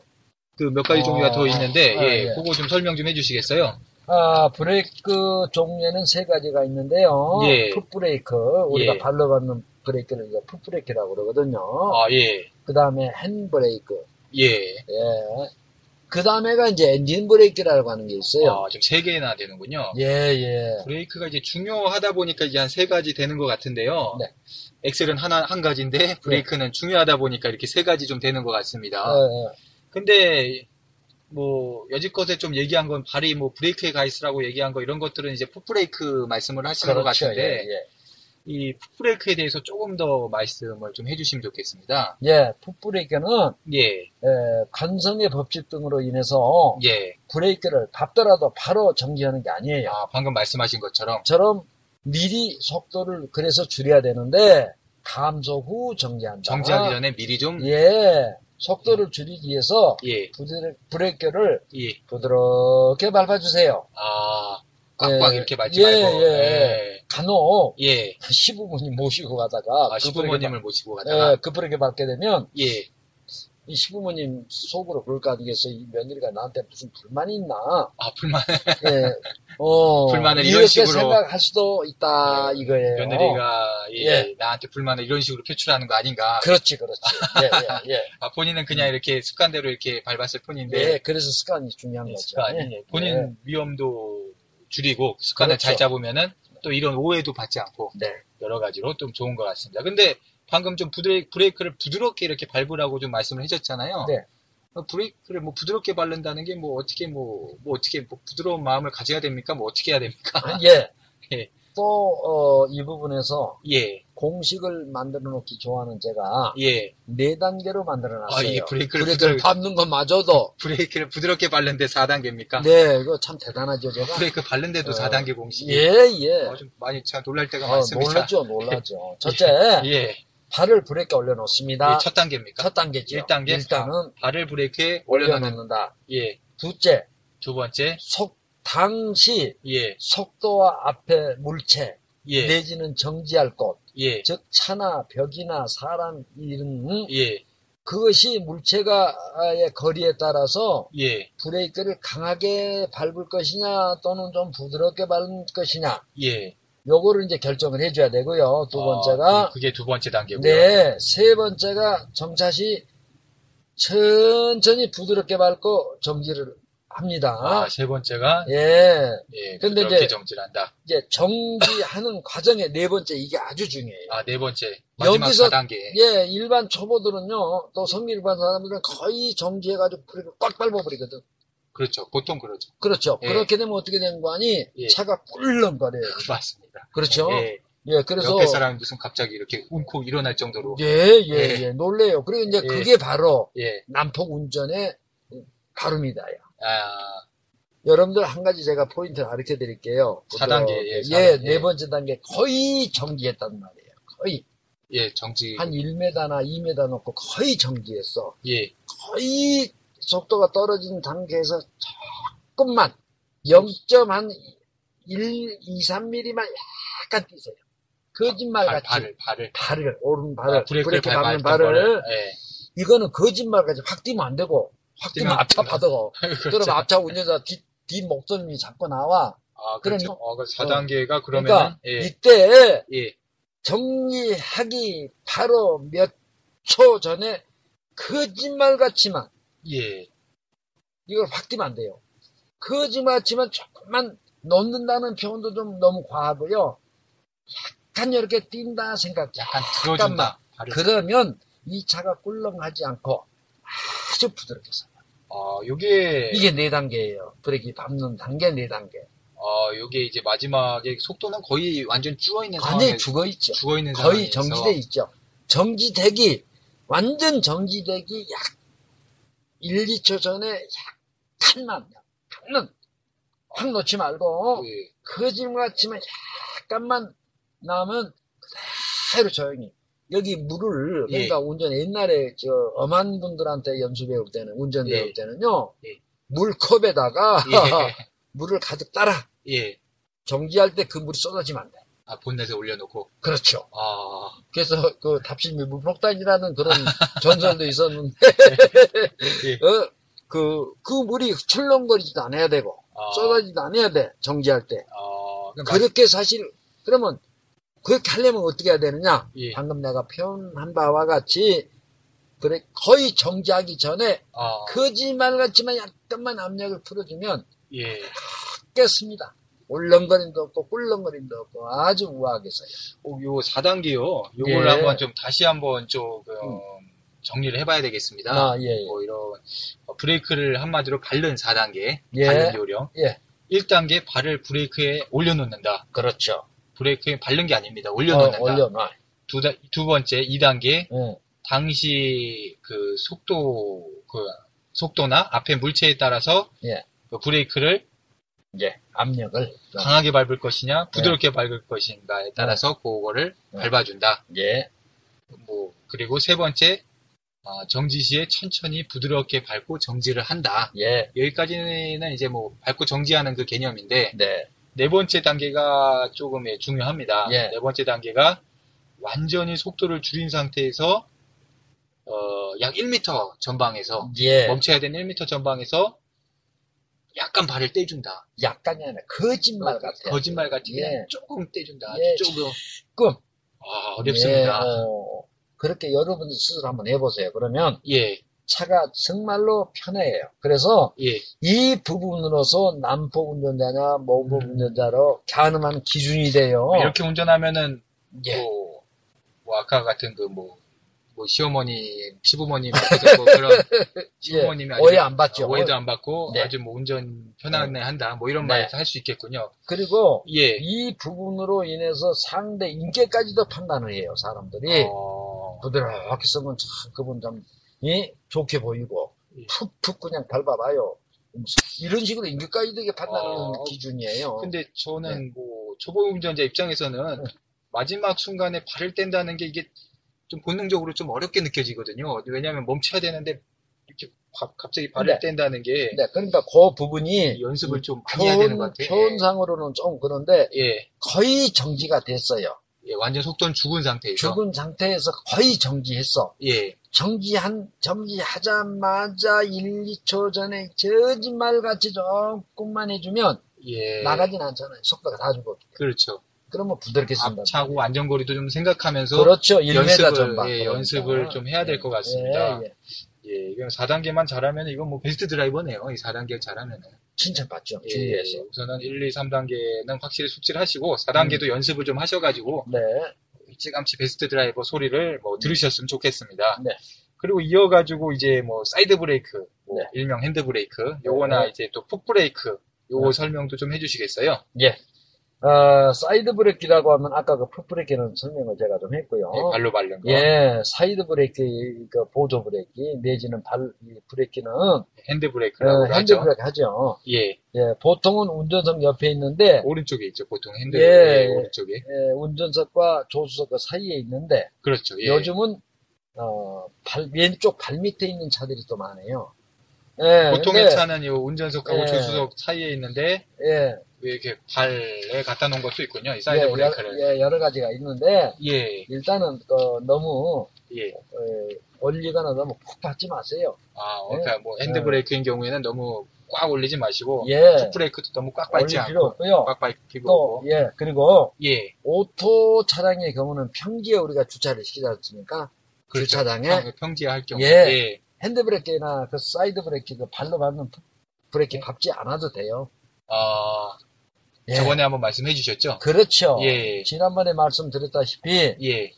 A: 그 몇 가지
B: 어,
A: 종류가 더
B: 아,
A: 있는데
B: 아,
A: 예,
B: 예.
A: 그거 좀 설명 좀 해주시겠어요?
B: 아, 브레이크 종류에는 세 가지가 있는데요.
A: 예.
B: 풋브레이크, 우리가
A: 예.
B: 발로 밟는 브레이크를 이제 풋브레이크라고 그러거든요.
A: 아 예,
B: 그 다음에 핸브레이크,
A: 예,
B: 예. 그 다음에가 이제 엔진 브레이크라고 하는 게 있어요.
A: 아, 지금 세 개나 되는군요.
B: 예, 예.
A: 브레이크가 이제 중요하다 보니까 이제 한 세 가지 되는 것 같은데요.
B: 네.
A: 엑셀은 하나 한 가지인데 브레이크는 중요하다 보니까 이렇게 세 가지 좀 되는 것 같습니다.
B: 예, 예.
A: 근데 뭐 여지껏에 좀 얘기한 건 발이 뭐 브레이크에 가 있으라고 얘기한 거 이런 것들은 이제 풋브레이크 말씀을 하시는 것
B: 그렇죠.
A: 같은데
B: 예, 예.
A: 이 풋브레이크에 대해서 조금 더 말씀을 좀 해주시면 좋겠습니다.
B: 예, 풋브레이크는
A: 예,
B: 예, 관성의 법칙 등으로 인해서
A: 예.
B: 브레이크를 밟더라도 바로 정지하는 게 아니에요.
A: 아, 방금 말씀하신 것처럼
B: 처럼 미리 속도를 그래서 줄여야 되는데 감속 후 정지한다.
A: 정지하기 전에 미리 좀
B: 예, 속도를 줄이기 위해서
A: 예,
B: 부드러- 브레이크를
A: 예,
B: 부드럽게 밟아주세요.
A: 아, 꽉꽉
B: 예,
A: 이렇게 밟지
B: 예,
A: 말고
B: 예,
A: 예,
B: 간혹 그
A: 예.
B: 시부모님 모시고 가다가
A: 아, 시부모님을 모시고
B: 그 브레이크, 예,
A: 가다가
B: 그 브레이크 밟게 되면
A: 예,
B: 이 시부모님 속으로 그럴 거 아니겠어? 이 며느리가 나한테 무슨 불만이 있나?
A: 아 불만
B: 예, 어,
A: 불만을 이런
B: 이렇게
A: 식으로.
B: 생각할 수도 있다
A: 예,
B: 이거예요.
A: 며느리가 예,
B: 네. 예.
A: 나한테 불만을 이런 식으로 표출하는 거 아닌가?
B: 그렇지, 그렇지. 예, 예, 예.
A: 아, 본인은 그냥 이렇게 습관대로 이렇게 밟았을 뿐인데
B: 예, 네, 그래서 습관이 중요한 거죠.
A: 습관이
B: 예.
A: 예. 본인
B: 예.
A: 위험도 줄이고 습관을 잘
B: 그렇죠.
A: 잡으면은 또 이런 오해도 받지 않고
B: 네.
A: 여러 가지로 좀 좋은 것 같습니다. 근데 방금 좀 부드레, 브레이크를 부드럽게 이렇게 밟으라고 좀 말씀을 해줬잖아요.
B: 네.
A: 어, 브레이크를 뭐 부드럽게 바른다는 게 뭐 어떻게 뭐, 뭐 어떻게 뭐 부드러운 마음을 가져야 됩니까? 뭐 어떻게 해야 됩니까?
B: 예.
A: 예.
B: 또 어, 이 부분에서
A: 예,
B: 공식을 만들어 놓기 좋아하는 제가
A: 예.
B: 네 단계로 만들어 놨어요.
A: 아, 이게 브레이크를
B: 브레이크를
A: 부드러-
B: 밟는 것마저도
A: 브레이크를 부드럽게 바른데 4단계입니까?
B: 네, 이거 참 대단하죠, 제가.
A: 브레이크 바른데도
B: 어,
A: 4단계 공식이.
B: 예, 예.
A: 어, 좀 많이 참 놀랄 때가
B: 어,
A: 많습니다.
B: 놀랐죠, 놀랐죠. 첫째,
A: 예. 예,
B: 발을 브레이크에 올려놓습니다.
A: 첫 단계입니까?
B: 첫 단계죠.
A: 일 단계? 아,
B: 일단은
A: 발을 브레이크에 올려놓는.
B: 올려놓는다.
A: 예.
B: 둘째,
A: 두 번째.
B: 속, 당시
A: 예.
B: 속도와 앞에 물체,
A: 예.
B: 내지는 정지할 곳,
A: 예.
B: 즉 차나 벽이나 사람 이런
A: 예.
B: 그것이 물체가의 거리에 따라서
A: 예.
B: 브레이크를 강하게 밟을 것이냐 또는 좀 부드럽게 밟을 것이냐
A: 예.
B: 요거를 이제 결정을 해줘야 되고요. 두 번째가
A: 아, 그게 두 번째 단계고요.
B: 네, 세 번째가 정차시 천천히 부드럽게 밟고 정지를 합니다.
A: 아, 세 번째가
B: 예.
A: 예,
B: 근데
A: 그렇게
B: 이제-
A: 정지를 한다.
B: 이제 정지하는 과정에 네 번째 이게 아주 중요해요.
A: 아, 네 번째. 마지막
B: 여기서-
A: 4단계.
B: 예, 일반 초보들은요, 또 성미일반 사람들은 거의 정지해가지고 브레이크 꽉 밟아버리거든.
A: 그렇죠. 보통 그러죠.
B: 그렇죠.
A: 예.
B: 그렇게 되면 어떻게 되는 거 아니?
A: 예.
B: 차가 꿀렁거려요.
A: 맞습니다.
B: 네. 그렇죠?
A: 예.
B: 예, 그래서.
A: 옆에 사람이 무슨 갑자기 이렇게 움고 일어날 정도로.
B: 예, 예,
A: 예.
B: 예, 놀래요. 그리고 이제
A: 예.
B: 그게 바로
A: 예.
B: 난폭 운전의 가름이다요.
A: 아,
B: 여러분들 한 가지 제가 포인트를 가르쳐 드릴게요.
A: 사 단계,
B: 예,
A: 예, 사 단계.
B: 네 번째 단계 거의 정지했단 말이에요. 거의.
A: 예, 정지.
B: 한 1m나 2m 놓고 거의 정지했어.
A: 예.
B: 거의 속도가 떨어진 단계에서 조금만 0.1, 2, 3mm만 약간 뛰세요. 거짓말
A: 발,
B: 같이
A: 발을, 발을.
B: 발을, 오른 발을
A: 아, 브레이크를
B: 브레이크 밟는
A: 밟았던
B: 발을
A: 거를. 예.
B: 이거는 거짓말까지 확 뛰면 안 되고 확 뛰면
A: 뛰면
B: 앞차
A: 안 된다.
B: 받아가고
A: 그렇죠.
B: 그러면 앞차 운전자 뒷, 뒷 목소리 잡고 나와
A: 아,
B: 그런-
A: 그렇죠. 어, 4단계가 그러면
B: 그러니까
A: 예.
B: 이때
A: 예.
B: 정리하기 바로 몇 초 전에 거짓말 같지만
A: 예.
B: 이걸 확 뛰면 안 돼요. 거짓말 같지만 조금만 넣는다는 표현도 좀 너무 과하고요. 약간 이렇게 뛴다 생각
A: 약간
B: 잠깐만.
A: 들어준다. 발을.
B: 그러면 이 차가 꿀렁하지 않고 아주 부드럽게 서
A: 아, 요게
B: 이게 네 단계예요. 브레이크 밟는 단계 네 단계.
A: 아, 요게 이제 마지막에 속도는 거의 완전 쭈어 있는 상황에
B: 완전히 죽어 있죠.
A: 죽어 있는 상황에서
B: 거의 네 정지돼 있죠. 정지되기 완전 정지되기 약 1, 2초 전에 약간만 약간은 확 놓지 말고
A: 예.
B: 거짓말 같지만 약간만 나오면 그대로 조용히 여기 물을
A: 예.
B: 그러니까 운전 옛날에 저 엄한 분들한테 연수 배울 때는 운전 배울
A: 예.
B: 때는요
A: 예.
B: 물컵에다가
A: 예.
B: 물을 가득 따라
A: 예.
B: 정지할 때 그 물이 쏟아지면 안 돼.
A: 아, 본넷에 올려놓고.
B: 그렇죠.
A: 아,
B: 그래서 그 답심 일부 폭탄이라는 그런 전설도 있었는데
A: 예.
B: 어, 그, 그 물이 출렁거리지도 않아야 되고
A: 아,
B: 쏟아지지도 않아야 돼 정지할 때
A: 아, 그러니까
B: 그렇게 사실 그러면 그렇게 하려면 어떻게 해야 되느냐
A: 예.
B: 방금 내가 표현한 바와 같이 그래 거의 정지하기 전에
A: 아,
B: 거짓말 같지만 약간만 압력을 풀어주면
A: 예.
B: 깼습니다 울렁거림도 없고 꿀렁거림도 없고 아주 우아하게 써요
A: 어, 요 4단계요. 요걸
B: 예. 음.
A: 한번 좀 다시 한번 조금 정리를 해봐야 되겠습니다.
B: 아예예
A: 뭐 이런 어, 브레이크를 한마디로 밟는 4단계
B: 예.
A: 밟는 요령
B: 예.
A: 1단계 발을 브레이크에 올려놓는다
B: 그렇죠
A: 브레이크에 밟는 게 아닙니다
B: 어,
A: 올려놓는다
B: 올려놔
A: 두, 다- 두 번째 2단계
B: 예.
A: 당시 그 속도 그 속도나 앞에 물체에 따라서
B: 예.
A: 그 브레이크를
B: 이제 압력을
A: 강하게 밟을 것이냐 부드럽게 밟을 것인가에 따라서 그거를
B: 네. 네.
A: 밟아준다
B: 예
A: 뭐 그리고 세 번째 아, 정지 시에 천천히 부드럽게 밟고 정지를 한다
B: 예,
A: 여기까지는 이제 뭐 밟고 정지하는 그 개념인데
B: 네,
A: 네 번째 단계가 조금 예, 중요합니다.
B: 예.
A: 네 번째 단계가 완전히 속도를 줄인 상태에서 어, 약 1m 전방에서
B: 예,
A: 멈춰야 되는 1m 전방에서 약간 발을 떼준다.
B: 약간이 아니라 거짓말 같아요.
A: 어, 거짓말 같이 그냥
B: 예.
A: 조금 떼준다.
B: 예.
A: 조금
B: 조금.
A: 아, 어렵습니다.
B: 예, 어, 그렇게 여러분들 스스로 한번 해보세요. 그러면
A: 예,
B: 차가 정말로 편해요. 그래서
A: 예.
B: 이 부분으로서 남포 운전자냐 모포 운전자로 가늠한 기준이 돼요.
A: 음. 아, 이렇게 운전하면은
B: 어. 예.
A: 뭐, 뭐 아까 같은 그 뭐 뭐 시어머니, 시부모님 앞에서 뭐 그런 시부모님이
B: 예,
A: 아주
B: 오해 안 받죠.
A: 오해도 안 받고
B: 네.
A: 아주 뭐 운전 편안해 한다 뭐 이런
B: 네.
A: 말을 할 수 있겠군요.
B: 그리고
A: 예.
B: 이 부분으로 인해서 상대 인격까지도 판단을 해요. 사람들이
A: 어,
B: 부드럽게 쓰면 참 그분 참 예? 좋게 보이고
A: 예.
B: 푹푹 그냥 밟아봐요. 이런 식으로 인격까지도 이게 판단하는
A: 어,
B: 기준이에요.
A: 근데
B: 네.
A: 저는 뭐 초보 운전자 입장에서는 마지막 순간에 발을 뗀다는 게 이게 좀 본능적으로 좀 어렵게 느껴지거든요. 왜냐하면 멈춰야 되는데 이렇게 가- 갑자기 발을 뗀다는 게
B: 네, 그러니까 그 부분이
A: 연습을 좀 많이 해야 되는 것 같아요.
B: 표현, 표현상으로는 좀 그런데
A: 예,
B: 거의 정지가 됐어요.
A: 예, 완전 속전 죽은 상태에서
B: 죽은 상태에서 거의 정지했어.
A: 예,
B: 정지한, 정지하자마자 1, 2초 전에 저짓말같이 조금만 해주면
A: 예,
B: 나가진 않잖아요. 속도가 다 죽어.
A: 그렇죠.
B: 그러면 부드럽게 쓴다.
A: 앞차고 안전거리도 좀 생각하면서
B: 그렇죠. 1m
A: 아, 연습을,
B: 전방.
A: 예,
B: 그러니까.
A: 연습을 좀 해야 될 것 같습니다.
B: 예, 예.
A: 예, 이건 4단계만 잘하면 이건 뭐 베스트 드라이버네요. 이 4단계 잘하면은.
B: 칭찬받죠.
A: 예,
B: 주위에서.
A: 우선은 1, 2, 3단계는 확실히 숙지를 하시고
B: 음.
A: 4단계도 연습을 좀 하셔가지고
B: 네.
A: 일찌감치 베스트 드라이버 소리를 뭐 들으셨으면 좋겠습니다.
B: 음. 네.
A: 그리고 이어가지고 이제 뭐 사이드 브레이크, 뭐
B: 네.
A: 일명 핸드 브레이크, 요거나
B: 네.
A: 이제 또 풋 브레이크, 요거
B: 네.
A: 설명도 좀 해주시겠어요?
B: 어, 사이드 브레이크라고 하면 아까 그 풋브레이크는 설명을 제가 좀 했고요.
A: 예, 발로 밟는 거,
B: 어. 예, 사이드 브레이크, 그 보조 브레이크, 내지는 발, 이 브레이크는
A: 핸드 브레이크라고
B: 어,
A: 하죠.
B: 핸드 브레이크 하죠.
A: 예,
B: 예, 보통은 운전석 옆에 있는데,
A: 오른쪽에 있죠. 보통 핸드
B: 예,
A: 브레이크
B: 예.
A: 오른쪽에.
B: 예, 운전석과 조수석 그 사이에 있는데,
A: 그렇죠. 예.
B: 요즘은, 어, 발, 왼쪽 발 밑에 있는 차들이 또 많아요. 예,
A: 보통의
B: 근데,
A: 차는 요 운전석하고
B: 예.
A: 조수석 사이에 있는데
B: 예,
A: 왜 이렇게 발에 갖다 놓은 것도 있군요. 이 사이드
B: 예,
A: 브레이크를.
B: 여러, 예, 여러 가지가 있는데,
A: 예,
B: 일단은, 그, 너무,
A: 예.
B: 예, 올리거나 너무 푹 받지 마세요.
A: 아, 그러니까 뭐 핸드브레이크인 경우에는 너무 꽉 올리지 마시고
B: 예,
A: 풋브레이크도 너무 꽉 밟지
B: 올릴
A: 않고
B: 필요 없고요.
A: 꽉 밟히고
B: 또,
A: 뭐.
B: 예, 그리고,
A: 예,
B: 오토 차량의 경우는 평지에 우리가 주차를 시키지 않습니까?
A: 그렇죠.
B: 주차장에
A: 평지할 경우
B: 예.
A: 예,
B: 핸드브레이크나 그 사이드 브레이크, 그 발로 밟는 브레이크 밟지 않아도 돼요.
A: 아
B: 예.
A: 저번에 한번 말씀해 주셨죠?
B: 그렇죠.
A: 예,
B: 지난번에 말씀드렸다시피
A: 예,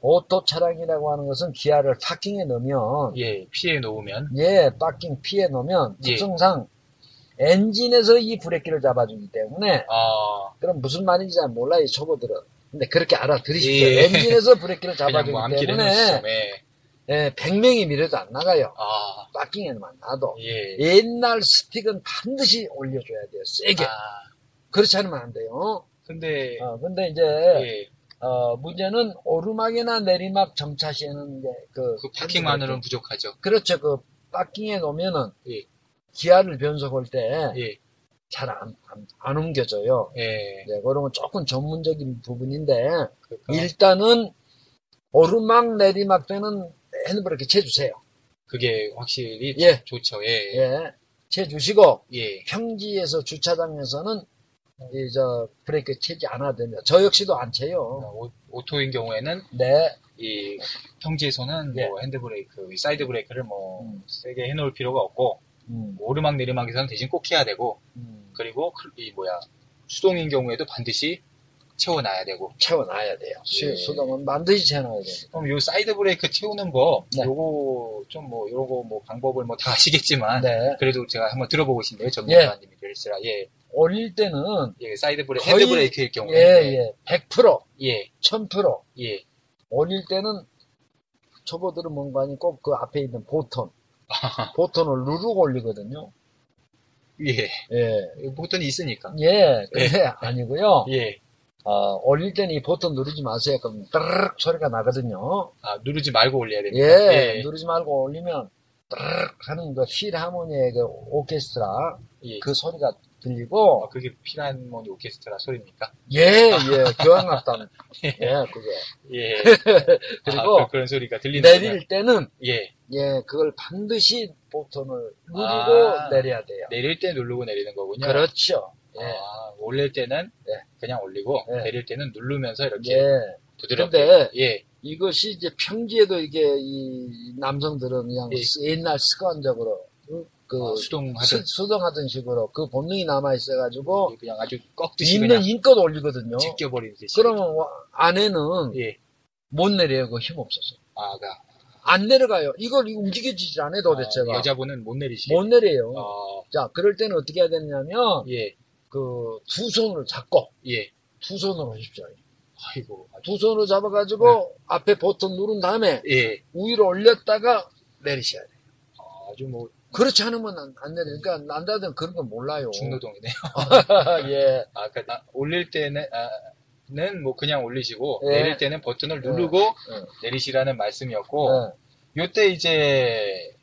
B: 오토 차량이라고 하는 것은 기아를 파킹에 넣으면
A: 예, 피해 놓으면
B: 예, 파킹 피해 놓으면
A: 예.
B: 특성상 엔진에서 이 브레이크를 잡아주기 때문에
A: 아
B: 그럼 무슨 말인지 잘 몰라요 초보들은. 근데 그렇게 알아들으십시오.
A: 예.
B: 엔진에서 브레이크를
A: 그냥
B: 잡아주기
A: 뭐 암길
B: 때문에
A: 해놓으시죠. 예,
B: 예, 100명이 밀어도 안 나가요.
A: 아,
B: 빡킹에만 놔도
A: 예,
B: 옛날 스틱은 반드시 올려줘야 돼요 세게
A: 아,
B: 그렇지 않으면 안 돼요
A: 근데
B: 예. 어, 근데 이제
A: 예,
B: 어, 문제는 오르막이나 내리막 정차 시에는 이제 그,
A: 그 파킹만으로는 부족하죠.
B: 그렇죠 그 빡킹에 놓으면은
A: 예.
B: 기아를 변속할 때 잘 안
A: 예,
B: 안, 안 옮겨져요
A: 예,
B: 네, 그런 건 조금 전문적인 부분인데
A: 그러니까
B: 일단은 오르막 내리막 때는 핸드브레이크 쳐주세요
A: 그게 확실히
B: 예.
A: 좋죠. 예,
B: 예 쳐주시고
A: 예,
B: 평지에서 주차장에서는 이 저 브레이크 채지 않아도 됩니다. 저 역시도 안 채요.
A: 어, 오- 오토인 경우에는
B: 네,
A: 이 평지에서는
B: 예.
A: 뭐 핸드브레이크, 이 사이드 브레이크를 뭐
B: 음.
A: 세게 해놓을 필요가 없고 뭐
B: 음,
A: 오르막 내리막에서는 대신 꼭 해야 되고
B: 음,
A: 그리고 그- 이 뭐야 수동인 경우에도 반드시 채워놔야 되고
B: 채워놔야 돼요. 수-
A: 예.
B: 수동은 반드시 채워놔야 돼요.
A: 그럼 요 사이드 브레이크 채우는 법
B: 네.
A: 요거 좀 뭐 요거 뭐 방법을 뭐 다 아시겠지만
B: 네,
A: 그래도 제가 한번 들어보고 싶네요 전문가님이 될시라 예.
B: 올릴 때는
A: 예, 사이드 브레이크
B: 거의-
A: 핸드 브레이크일
B: 예,
A: 경우에
B: 예, 100%,
A: 예,
B: 1000%
A: 예.
B: 올릴 때는 초보들은 뭔가 아니 꼭 그 앞에 있는 보톤, 보톤을 누르고 올리거든요.
A: 예.
B: 예,
A: 보통이 있으니까
B: 예, 근데 아니고요.
A: 예.
B: 어, 올릴 때는 이 보톤 누르지 마세요. 그럼 따르륵 소리가 나거든요.
A: 아 누르지 말고 올려야 됩니다
B: 예, 누르지 말고 올리면 따르륵 하는 그 힐 하모니의 그 오케스트라
A: 예.
B: 그 소리가
A: 아,
B: 들리고
A: 그게
B: 뭐
A: 필한모니 오케스트라 소리입니까?
B: 예, 예, 교향악단 예, 그게
A: 예.
B: 그리고
A: 그, 런 소리가 들리는
B: 내릴 때는
A: 예.
B: 예, 그걸 반드시 보통을 누르고
A: 아.
B: 내려야 돼요.
A: 내릴 때 누르고 내리는 거군요.
B: 그렇죠. 예,
A: 아, 올릴 때는
B: 예.
A: 그냥 올리고
B: 예.
A: 내릴 때는 누르면서 이렇게
B: 예.
A: 부드럽게
B: 근데
A: 예.
B: 이것이 이제 평지에도 이게 이 남성들은 그냥
A: 예.
B: 스- 옛날 습관적으로 그- 그
A: 어, 수동하든
B: 수- 수동하던 식으로 그 본능이 남아 있어가지고
A: 그냥 아주 꺾듯이 예. 그냥
B: 있는 힘껏 올리거든요.
A: 제껴버리는 듯이.
B: 그러면 와- 아내는
A: 예.
B: 못 내려요. 그 힘 없어서.
A: 아가
B: 안 내려가요. 이걸 움직여지질 않아요, 도대체가.
A: 아, 여자분은 못 내리시고.
B: 어, 네, 못 내려요.
A: 어,
B: 자, 그럴 때는 어떻게 해야 되냐면,
A: 예,
B: 그, 두 손을 잡고,
A: 예.
B: 두 손으로 하십시오.
A: 아이고, 아주-
B: 두 손으로 잡아가지고,
A: 네.
B: 앞에 버튼 누른 다음에,
A: 예.
B: 위로 올렸다가 내리셔야 돼요.
A: 아주 뭐
B: 그렇지 않으면 안, 안 내려요. 그러니까, 남자들은 그런 건 몰라요.
A: 중노동이네요.
B: 예.
A: 아, 그, 나- 올릴 때는 아, 는뭐 그냥 올리시고
B: 예.
A: 내릴 때는 버튼을 누르고 내리시라는 말씀이었고
B: 예.
A: 요때 이제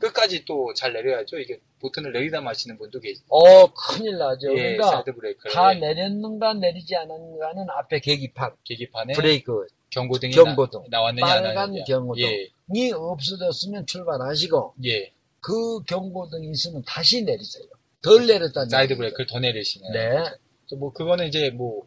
A: 끝까지 또 잘 내려야죠. 이게 버튼을 내리다 마시는 분도 계시.
B: 어, 큰일 나죠.
A: 예,
B: 그러니까,
A: 사이드 브레이크.
B: 다 내렸는가 내리지 않았는가는 앞에 계기판,
A: 계기판에
B: 브레이크,
A: 경고등이
B: 경고등,
A: 나, 왔느냐
B: 빨간
A: 안 나왔느냐.
B: 경고등.
A: 예,
B: 이 없어졌으면 출발하시고,
A: 예.
B: 그 경고등이 있으면 다시 내리세요. 덜 내렸다는
A: 사이드
B: 얘기죠.
A: 브레이크를 더 내리시네요.
B: 네.
A: 또뭐 그거는 이제 뭐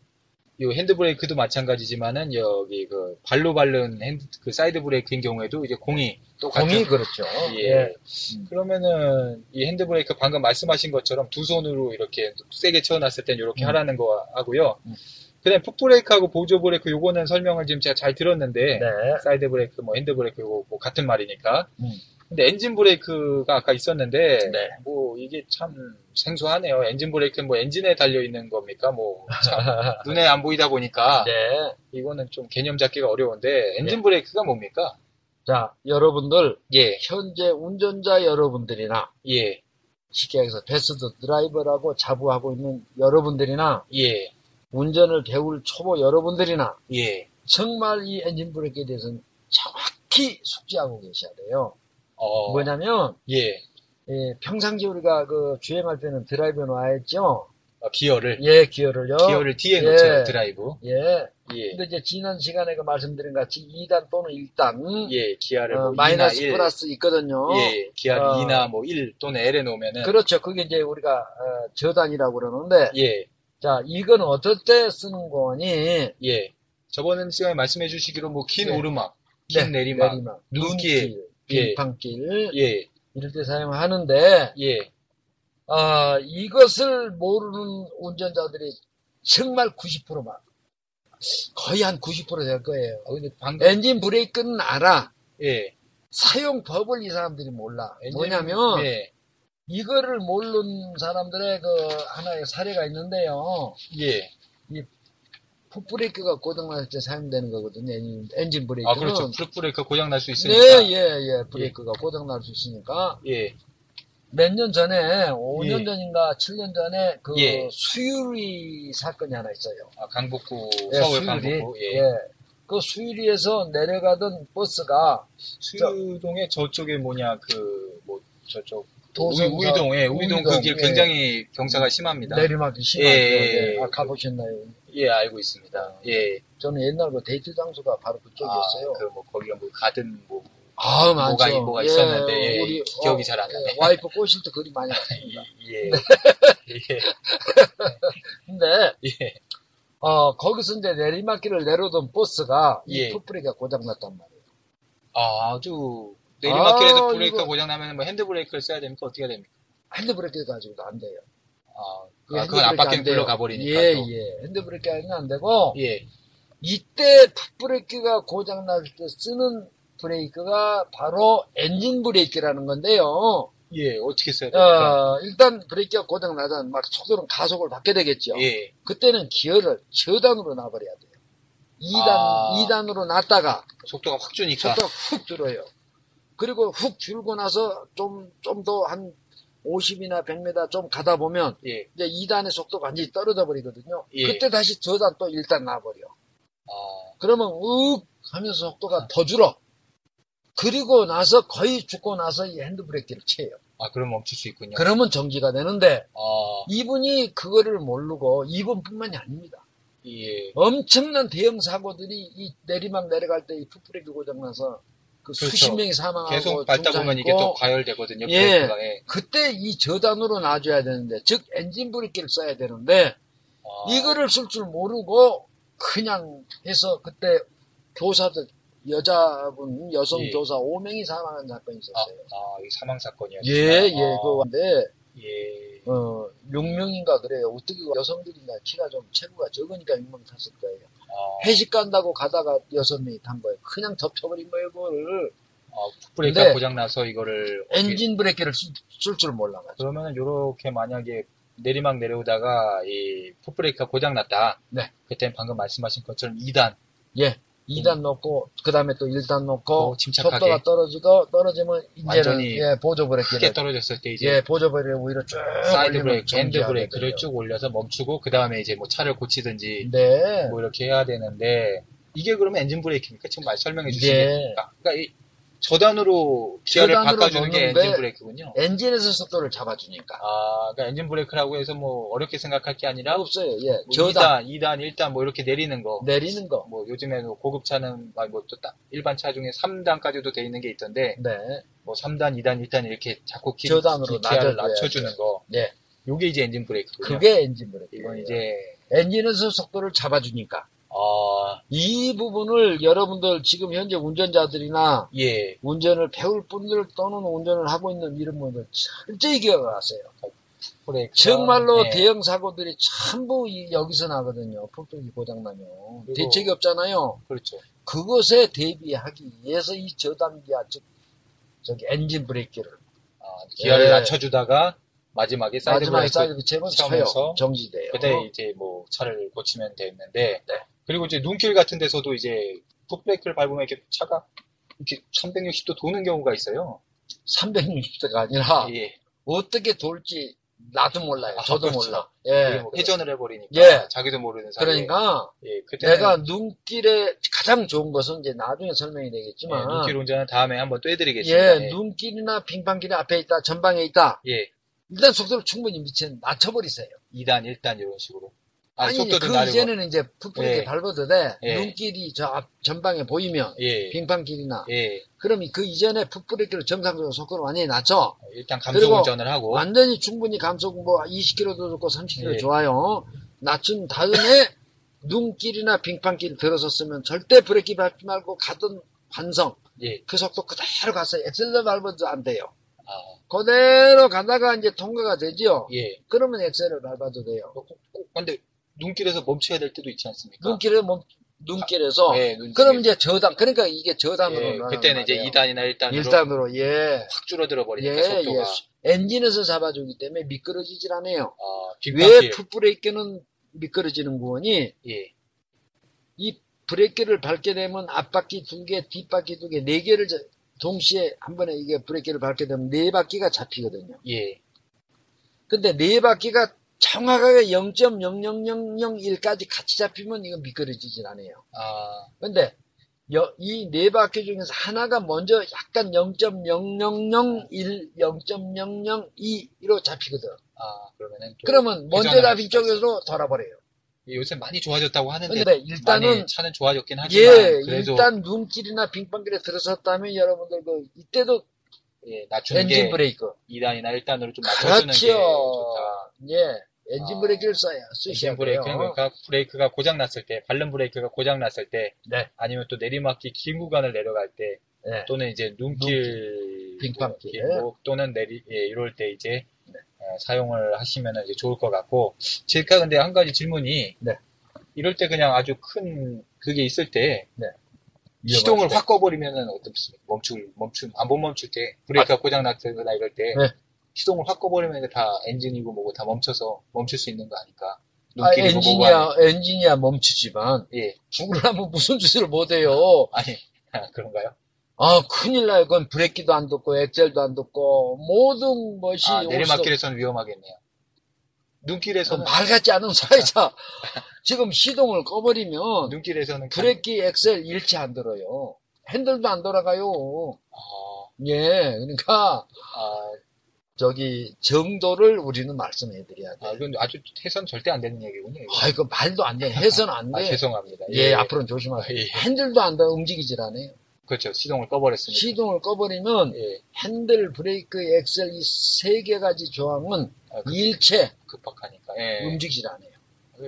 A: 요 핸드브레이크도 마찬가지지만은 여기 그 발로 밟는 핸드 그 사이드 브레이크인 경우에도 이제 공이 똑같은
B: 공이 그렇죠.
A: 예.
B: 음.
A: 그러면은 이 핸드브레이크 방금 말씀하신 것처럼 두 손으로 이렇게 세게 채워놨을 땐 이렇게
B: 음.
A: 하라는 거 하고요.
B: 음.
A: 그다음 풋브레이크하고 보조 브레이크 요거는 설명을 지금 제가 잘 들었는데
B: 네.
A: 사이드 브레이크 뭐 핸드브레이크 요거 뭐 같은 말이니까.
B: 음.
A: 근데 엔진 브레이크가 아까 있었는데
B: 네.
A: 뭐 이게 참 생소하네요. 엔진 브레이크는 뭐 엔진에 달려 있는 겁니까? 뭐 참 눈에 안 보이다 보니까
B: 네.
A: 이거는 좀 개념 잡기가 어려운데 엔진 브레이크가 뭡니까?
B: 자, 여러분들,
A: 예.
B: 현재 운전자 여러분들이나,
A: 예.
B: 쉽게 해서 베스트 드라이버라고 자부하고 있는 여러분들이나,
A: 예.
B: 운전을 배울 초보 여러분들이나,
A: 예.
B: 정말 이 엔진 브레이크에 대해서는 정확히 숙지하고 계셔야 돼요.
A: 어.
B: 뭐냐면,
A: 예.
B: 예, 평상시 우리가 그 주행할 때는 드라이브 놓아야죠.
A: 아, 기어를
B: 예, 기어를요.
A: 기어를 뒤에
B: 예.
A: 놓쳐요 드라이브
B: 예.
A: 예,
B: 근데 이제 지난 시간에 그 말씀드린 것 같이 2단 또는 1단
A: 예 기아를 뭐
B: 어,
A: 2나
B: 마이너스
A: 1,
B: 플러스 있거든요.
A: 예 기아를
B: 어.
A: 2나 뭐 1 또는 L에 놓으면은
B: 그렇죠. 그게 이제 우리가 어, 저단이라고 그러는데
A: 예
B: 자 이건 어떨 때 쓰는 거니?
A: 예. 저번 시간에 말씀해 주시기로 뭐 긴
B: 예.
A: 오르막, 긴
B: 네,
A: 내리막, 눈길,
B: 눈길,
A: 예.
B: 빙판길
A: 예,
B: 이럴 때 사용하는데
A: 예,
B: 아 이것을 모르는 운전자들이 정말 90%만 거의 한 90%될 거예요.
A: 어, 근데 방금
B: 엔진 브레이크는 알아.
A: 예,
B: 사용법을 이 사람들이 몰라.
A: 엔진-
B: 뭐냐면
A: 예,
B: 이거를 모르는 사람들의 그 하나의 사례가 있는데요.
A: 예,
B: 풋브레이크가 고장났을 때 사용되는 거거든요. 엔진, 엔진 브레이크는.
A: 아 그렇죠. 풋 브레이크 고장 날 수
B: 네,
A: 있으니까
B: 예, 예. 브레이크가 고장날 수 있으니까.
A: 예,
B: 몇 년 전에, 5년
A: 예.
B: 전인가 7년 전에 그
A: 예.
B: 수유리 사건이 하나 있어요.
A: 아, 강북구
B: 예,
A: 서울 강북구 예,
B: 그 수유리에서 내려가던 버스가
A: 수유동의 저쪽에 뭐냐 그 뭐 저쪽
B: 도성사-
A: 우이, 동예 우이동 그 길
B: 예.
A: 굉장히 경사가 심합니다.
B: 내리막이 심하죠.
A: 예, 예.
B: 아, 가보셨나요?
A: 예, 알고 있습니다. 예.
B: 저는 옛날 그 데이트 장소가 바로 그쪽이었어요.
A: 아, 그뭐 거기가 뭐 가든 뭐
B: 아,
A: 뭐가
B: 많죠.
A: 뭐가
B: 예,
A: 있었는데 예,
B: 우리,
A: 기억이
B: 어,
A: 잘 안 나네.
B: 예, 와이프 꼬실 때 그리 많이 갔습니다.
A: 예. 예.
B: 근데
A: 예.
B: 어, 거기서 이제 내리막길을 내려오던 버스가 이
A: 예.
B: 풋브레이크가 고장났단 말이에요.
A: 아, 아주 내리막길에서
B: 아,
A: 브레이크
B: 이거-
A: 고장 나면 뭐 핸드 브레이크를 써야 됩니까? 어떻게 해야 됩니까?
B: 핸드브레이크 가지고도 안 돼요.
A: 아,
B: 그
A: 아, 그건
B: 핸드브레이크
A: 압박행
B: 안 돼요.
A: 불러 가버리니까.
B: 예, 예. 핸드브레이크 하면 안 되고
A: 예.
B: 이때 풋브레이크가 고장날 때 쓰는 브레이크가 바로 엔진 브레이크라는 건데요.
A: 예, 어떻게 써야 됩니까?
B: 어, 일단 브레이크가 고장나면 막 속도는 가속을 받게 되겠죠.
A: 예.
B: 그때는 기어를 저단으로 놔버려야 돼요. 2단,
A: 아.
B: 2단으로 놨다가
A: 속도가 확 주니까.
B: 속도가 훅 줄어요. 그리고 훅 줄고 나서 좀, 좀 더 한 50이나 100m 좀 가다 보면
A: 예.
B: 이제 2단의 속도가 완전히 떨어져 버리거든요.
A: 예.
B: 그때 다시 저단 또 1단 놔버려.
A: 아,
B: 그러면 윽 하면서 속도가 더 줄어. 그리고 나서 거의 죽고 나서 이 핸드브레이크를 쳐요.
A: 아, 그럼 멈출 수 있군요.
B: 그러면 정지가 되는데
A: 아,
B: 이분이 그거를 모르고 이분뿐만이 아닙니다.
A: 예.
B: 엄청난 대형 사고들이 이 내리막 내려갈 때 이 풋브레이크 고장나서 그
A: 그렇죠.
B: 수십 명이 사망하고
A: 계속 밟다 보면 이게
B: 뭐
A: 또
B: 중상했고
A: 과열되거든요.
B: 예.
A: 브레이크가. 예.
B: 그때 이 저단으로 놔줘야 되는데 즉 엔진 브레이크를 써야 되는데
A: 아,
B: 이거를 쓸 줄 모르고 그냥 해서 그때 교사들 여자분 여성
A: 예.
B: 교사 5명이 사망한 사건이 있었어요.
A: 아, 이 사망 사건이었죠.
B: 예, 예,
A: 아,
B: 그건데
A: 예.
B: 어, 6명인가 그래요. 어떻게 여성들이나 키가 좀 체구가 적으니까 6명 탔을 거예요.
A: 아,
B: 회식 간다고 가다가 6명이 탄 거예요. 그냥 덮쳐버린 거예요, 그거를.
A: 아, 브레이크가
B: 근데
A: 고장 나서 이거를 어떻게-
B: 엔진 브레이크를 쓸 줄 몰라가지고.
A: 그러면은 요렇게 만약에 내리막 내려오다가 이 풋브레이크가 고장 났다.
B: 네.
A: 그때 방금 말씀하신 것처럼 2단
B: 예. 2단 놓고, 그 다음에 또 1단 놓고,
A: 또 침착하게.
B: 속도가 떨어지고, 떨어지면 이제는,
A: 완전히
B: 예, 보조 브레이크를.
A: 크게 떨어졌을 때 이제
B: 예, 보조 브레이크 위로 쭉.
A: 사이드
B: 올리면
A: 브레이크, 핸드
B: 정지하게
A: 브레이크를
B: 돼요.
A: 쭉 올려서 멈추고 그 다음에 이제 뭐 차를 고치든지
B: 네.
A: 뭐 이렇게 해야 되는데 이게 그러면 엔진 브레이크입니까? 지금 말 설명해 주시니까
B: 네.
A: 그러니까 이 저단으로 기어를
B: 저단으로
A: 바꿔주는 게
B: 놓는데
A: 엔진 브레이크군요.
B: 엔진에서 속도를 잡아주니까.
A: 아, 그러니까 엔진 브레이크라고 해서 뭐 어렵게 생각할 게 아니라 뭐
B: 없어요. 예. 저다.
A: 2단, 2단, 1단 뭐 이렇게 내리는 거.
B: 내리는 거.
A: 뭐 요즘에는 고급차는 뭐또딱 일반 차 중에 3단까지도 돼 있는 게 있던데
B: 네.
A: 뭐 3단, 2단, 1단 이렇게 자꾸 기,
B: 저단으로
A: 기- 기아를
B: 낮아져야
A: 낮춰주는 거.
B: 네.
A: 요게 이제 엔진 브레이크군요.
B: 그게 엔진 브레이크.
A: 이건 이제
B: 엔진에서 속도를 잡아주니까.
A: 아,
B: 이 부분을 여러분들 지금 현재 운전자들이나
A: 예.
B: 운전을 배울 분들 또는 운전을 하고 있는 이런 분들 철저히 기억하세요.
A: 브레이크.
B: 정말로
A: 네.
B: 대형 사고들이 전부 이- 여기서 나거든요. 폭격이 고장나면.
A: 그리고-
B: 대책이 없잖아요.
A: 그렇죠.
B: 그것에 대비하기 위해서 이 저단기아, 즉, 저기 엔진 브레이크를
A: 아, 기아를
B: 예.
A: 낮춰주다가 마지막에 사이드
B: 마지막에
A: 브레이크
B: 사이드 비치면 쳐요.
A: 쳐면서
B: 정지돼요.
A: 그때 이제 뭐 차를 고치면 됐는데
B: 어. 네.
A: 그리고 이제 눈길 같은 데서도 이제 풋브레이크를 밟으면 이렇게 차가 이렇게 360도 도는 경우가 있어요.
B: 360도가 아니라
A: 예.
B: 어떻게 돌지 나도 몰라요.
A: 아,
B: 저도
A: 그렇죠.
B: 몰라.
A: 그게
B: 예.
A: 뭐 회전을 해버리니까
B: 예.
A: 자기도 모르는 사이에
B: 그러니까
A: 예, 그때는
B: 내가 눈길에 가장 좋은 것은 이제 나중에 설명이
A: 예,
B: 되겠지만
A: 눈길 운전은 다음에 한번 또 해드리겠습니다. 네.
B: 예, 눈길이나 빙판길이 앞에 있다, 전방에 있다.
A: 예,
B: 일단 속도를 충분히 미친 낮춰버리세요.
A: 2단, 1단 이런 식으로. 아,
B: 아니,
A: 속도도
B: 그
A: 낮고.
B: 이제는 이제 풋브레이크
A: 예.
B: 밟아도 돼.
A: 예.
B: 눈길이 저 앞, 전방에 보이면
A: 예,
B: 빙판길이나
A: 예,
B: 그럼 그 이전에 풋브레이크를 정상적으로 속도를 많이 낮춰.
A: 일단
B: 그리고
A: 감속 운전을 하고.
B: 완전히 충분히 감속 뭐 20km도 좋고 30km
A: 예.
B: 좋아요. 낮춘 다음에 눈길이나 빙판길 들어섰으면 절대 브레이크 밟지 말고 가던 환성
A: 예,
B: 그 속도 그대로 가서 엑셀러 밟아도 안 돼요.
A: 아,
B: 그대로 가다가 이제 통과가 되지요.
A: 예. 어,
B: 그러면 엑셀을 밟아도 돼요.
A: 꼭, 꼭, 근데 눈길에서 멈춰야 될 때도 있지 않습니까?
B: 눈길에 멈 눈길에서
A: 그러니까 예, 눈길.
B: 그럼 이제 저단 그러니까 이게 저단으로
A: 예,
B: 나가는
A: 그때는 이제
B: 말이에요.
A: 2단이나 1단으로
B: 일단으로 예.
A: 확 줄어들어 버리니까
B: 예,
A: 속도가
B: 예. 엔진에서 잡아주기 때문에 미끄러지질 않아요.
A: 아,
B: 왜
A: 뒷바퀴,
B: 풋브레이크는 미끄러지는 구원이
A: 예,
B: 이 브레이크를 밟게 되면 앞바퀴 두 개, 뒷바퀴 두 개, 네 개를 자- 동시에 한 번에 이게 브레이크를 밟게 되면 네 바퀴가 잡히거든요.
A: 예,
B: 근데 네 바퀴가 정확하게 0.00001까지 같이 잡히면 이건 미끄러지질 않아요.
A: 아,
B: 근데 이 네 바퀴 중에서 하나가 먼저 약간 0.0001, 0.002로 잡히거든.
A: 아, 그러면은 또
B: 그러면 먼저
A: 회전을 할
B: 잡힌
A: 수가 있어요.
B: 쪽으로 돌아버려요.
A: 요새 많이 좋아졌다고 하는데
B: 근데 일단은
A: 네, 많이 차는 좋아졌긴 하지만
B: 예,
A: 그래도
B: 일단 눈길이나 빙판길에 들어섰다면 여러분들 그 이때도
A: 예, 낮추는
B: 엔진
A: 게
B: 브레이크. 그렇죠.
A: 2단이나 1단으로 좀 낮춰주는 게
B: 그렇지요.
A: 좋다.
B: 예, 엔진
A: 아,
B: 브레이크를 써야 쓰셔야
A: 엔진
B: 돼요. 아,
A: 브레이크는 그러니까 브레이크가 고장 났을 때, 발른 브레이크가 고장 났을 때,
B: 네.
A: 아니면 또 내리막길 긴 구간을 내려갈 때,
B: 네.
A: 또는 이제 눈길,
B: 빙판길. 네.
A: 뭐 또는 내리 예, 이럴 때 이제 어, 사용을 하시면 이제 좋을 것 같고 제가 근데 한 가지 질문이
B: 네.
A: 이럴 때 그냥 아주 큰 그게 있을 때
B: 네.
A: 시동을 확 꺼버리면은 어떻습니까? 멈출 멈춤 안못 멈출 때 브레이크가
B: 아.
A: 고장 났거나 이럴 때
B: 네.
A: 시동을 확 꺼버리면 이게 다 엔진이고 뭐고 다 멈춰서 멈출 수 있는 거 아닐까?
B: 아,
A: 눈길이고 뭐고 하니.
B: 엔진이야, 엔진이야 멈추지만
A: 예
B: 죽으려면 무슨 짓을 못해요.
A: 아니 아, 그런가요?
B: 아, 큰일 나요. 그건 브레이크도 안 듣고 엑셀도 안 듣고 모든 것이
A: 아,
B: 없어.
A: 내리막길에서는 네. 위험하겠네요. 눈길에서는
B: 말 같지 않은 사회자 지금 시동을 꺼버리면
A: 눈길에서는
B: 브레이크 엑셀 일체 안 들어요. 핸들도 안 돌아가요.
A: 아,
B: 예, 그러니까
A: 아,
B: 저기 정도를 우리는 말씀해 드려야 돼.
A: 아, 이건 아주 해선 절대 안 되는 얘기군요. 이거.
B: 아, 이거 말도 안 돼. 해서는 안
A: 아,
B: 돼.
A: 죄송합니다.
B: 예, 앞으로는 조심하세요.
A: 예.
B: 핸들도 안 돼. 움직이질 않아요.
A: 그렇죠. 시동을 꺼버렸습니다.
B: 시동을 꺼버리면
A: 예,
B: 핸들, 브레이크, 엑셀 이 세 개 가지 조항은
A: 아, 그-
B: 일체 네. 음.
A: 급박하니까. 예.
B: 움직이질 않아요.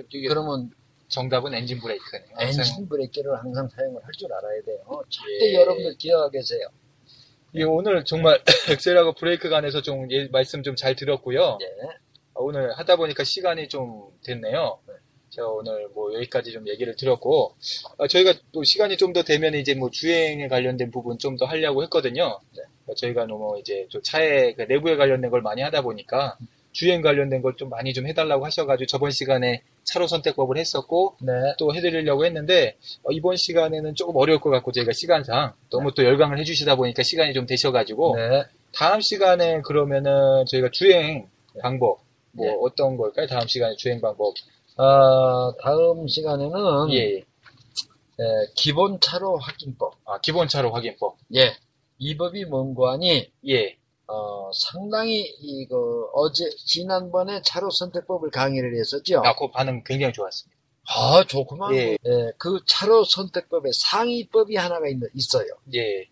A: 이게
B: 그러면
A: 정답은 엔진 브레이크네요.
B: 엔진 브레이크를 항상 사용을 할 줄 알아야 돼요. 절대
A: 예.
B: 여러분들 기억하세요.
A: 예, 오늘 정말 엑셀하고 브레이크 간에서 좀 예, 말씀 좀 잘 들었고요.
B: 예.
A: 아, 오늘 하다 보니까 시간이 좀 됐네요. 제가 오늘 뭐 여기까지 좀 얘기를 들었고, 아, 저희가 또 시간이 좀 더 되면 이제 뭐 주행에 관련된 부분 좀 더 하려고 했거든요. 아, 저희가 너무 이제 좀 차에 그 내부에 관련된 걸 많이 하다 보니까 주행 관련된 걸 좀 많이 좀 해달라고 하셔가지고 저번 시간에 차로 선택법을 했었고,
B: 네.
A: 또 해드리려고 했는데 어, 이번 시간에는 조금 어려울 것 같고 저희가 시간상 너무 또 열강을 해주시다 보니까 시간이 좀 되셔가지고
B: 네.
A: 다음 시간에 그러면은 저희가 주행 방법 뭐
B: 네.
A: 어떤 걸까요? 다음 시간에 주행 방법
B: 아, 다음 시간에는
A: 예, 예.
B: 예, 기본 차로 확인법.
A: 아, 기본차로 확인법
B: 예. 이 법이 뭔가 하니
A: 예
B: 어, 상당히 이거 어제 지난번에 차로 선택법을 강의를 했었죠.
A: 아, 그 반응 굉장히 좋았습니다.
B: 아, 좋구만.
A: 예.
B: 예, 그 차로 선택법의 상위법이 하나가 있, 있어요.
A: 예.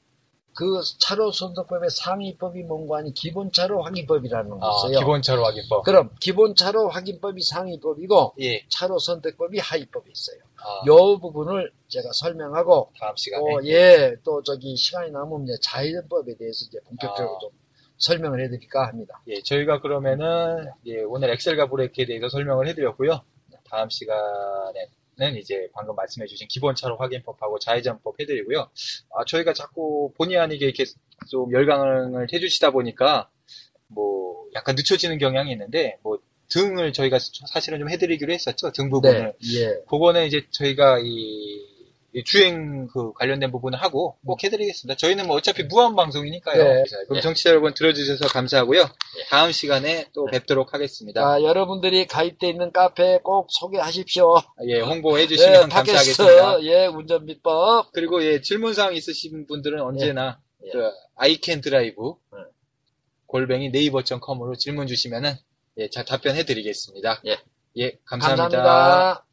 B: 그 차로 선택법의 상위법이 뭔가 하니 기본 차로 확인법이라는 거
A: 아,
B: 있어요.
A: 기본차로 확인법.
B: 그럼 기본 차로 확인법이 상위법이고
A: 예.
B: 차로 선택법이 하위법이 있어요.
A: 아,
B: 요 부분을 제가 설명하고
A: 다음 시간에
B: 또 예, 또 저기 시간이 남으면 이제 자연법에 대해서 이제 본격적으로
A: 아.
B: 좀 설명을 해드릴까 합니다.
A: 예, 저희가 그러면은 예, 오늘 엑셀과 브레이크에 대해서 설명을 해드렸고요. 다음 시간에는 이제 방금 말씀해주신 기본차로 확인법하고 좌회전법 해드리고요. 아, 저희가 자꾸 본의 아니게 이렇게 좀 열강을 해주시다 보니까 뭐 약간 늦춰지는 경향이 있는데 뭐 등을 저희가 사실은 좀 해드리기로 했었죠. 등 부분을
B: 네, 예,
A: 그거는 이제 저희가 이, 이 주행 그 관련된 부분을 하고 꼭 해드리겠습니다. 저희는 뭐 어차피 무한 방송이니까요.
B: 네.
A: 자, 음. 예. 그럼
B: 네.
A: 정치자 여러분 들어주셔서 감사하고요. 다음 시간에 또 뵙도록 하겠습니다.
B: 자, 여러분들이 가입돼 있는 카페 꼭 소개하십시오.
A: 예, 홍보해 주시면
B: 예, 팟캐스트,
A: 감사하겠습니다.
B: 예, 운전 비법.
A: 그리고 예, 질문사항 있으신 분들은 언제나
B: 예.
A: 아이캔 드라이브
B: 예.
A: 골뱅이 네이버.com으로 질문 주시면은 예, 자, 답변해 드리겠습니다.
B: 예.
A: 감사합니다.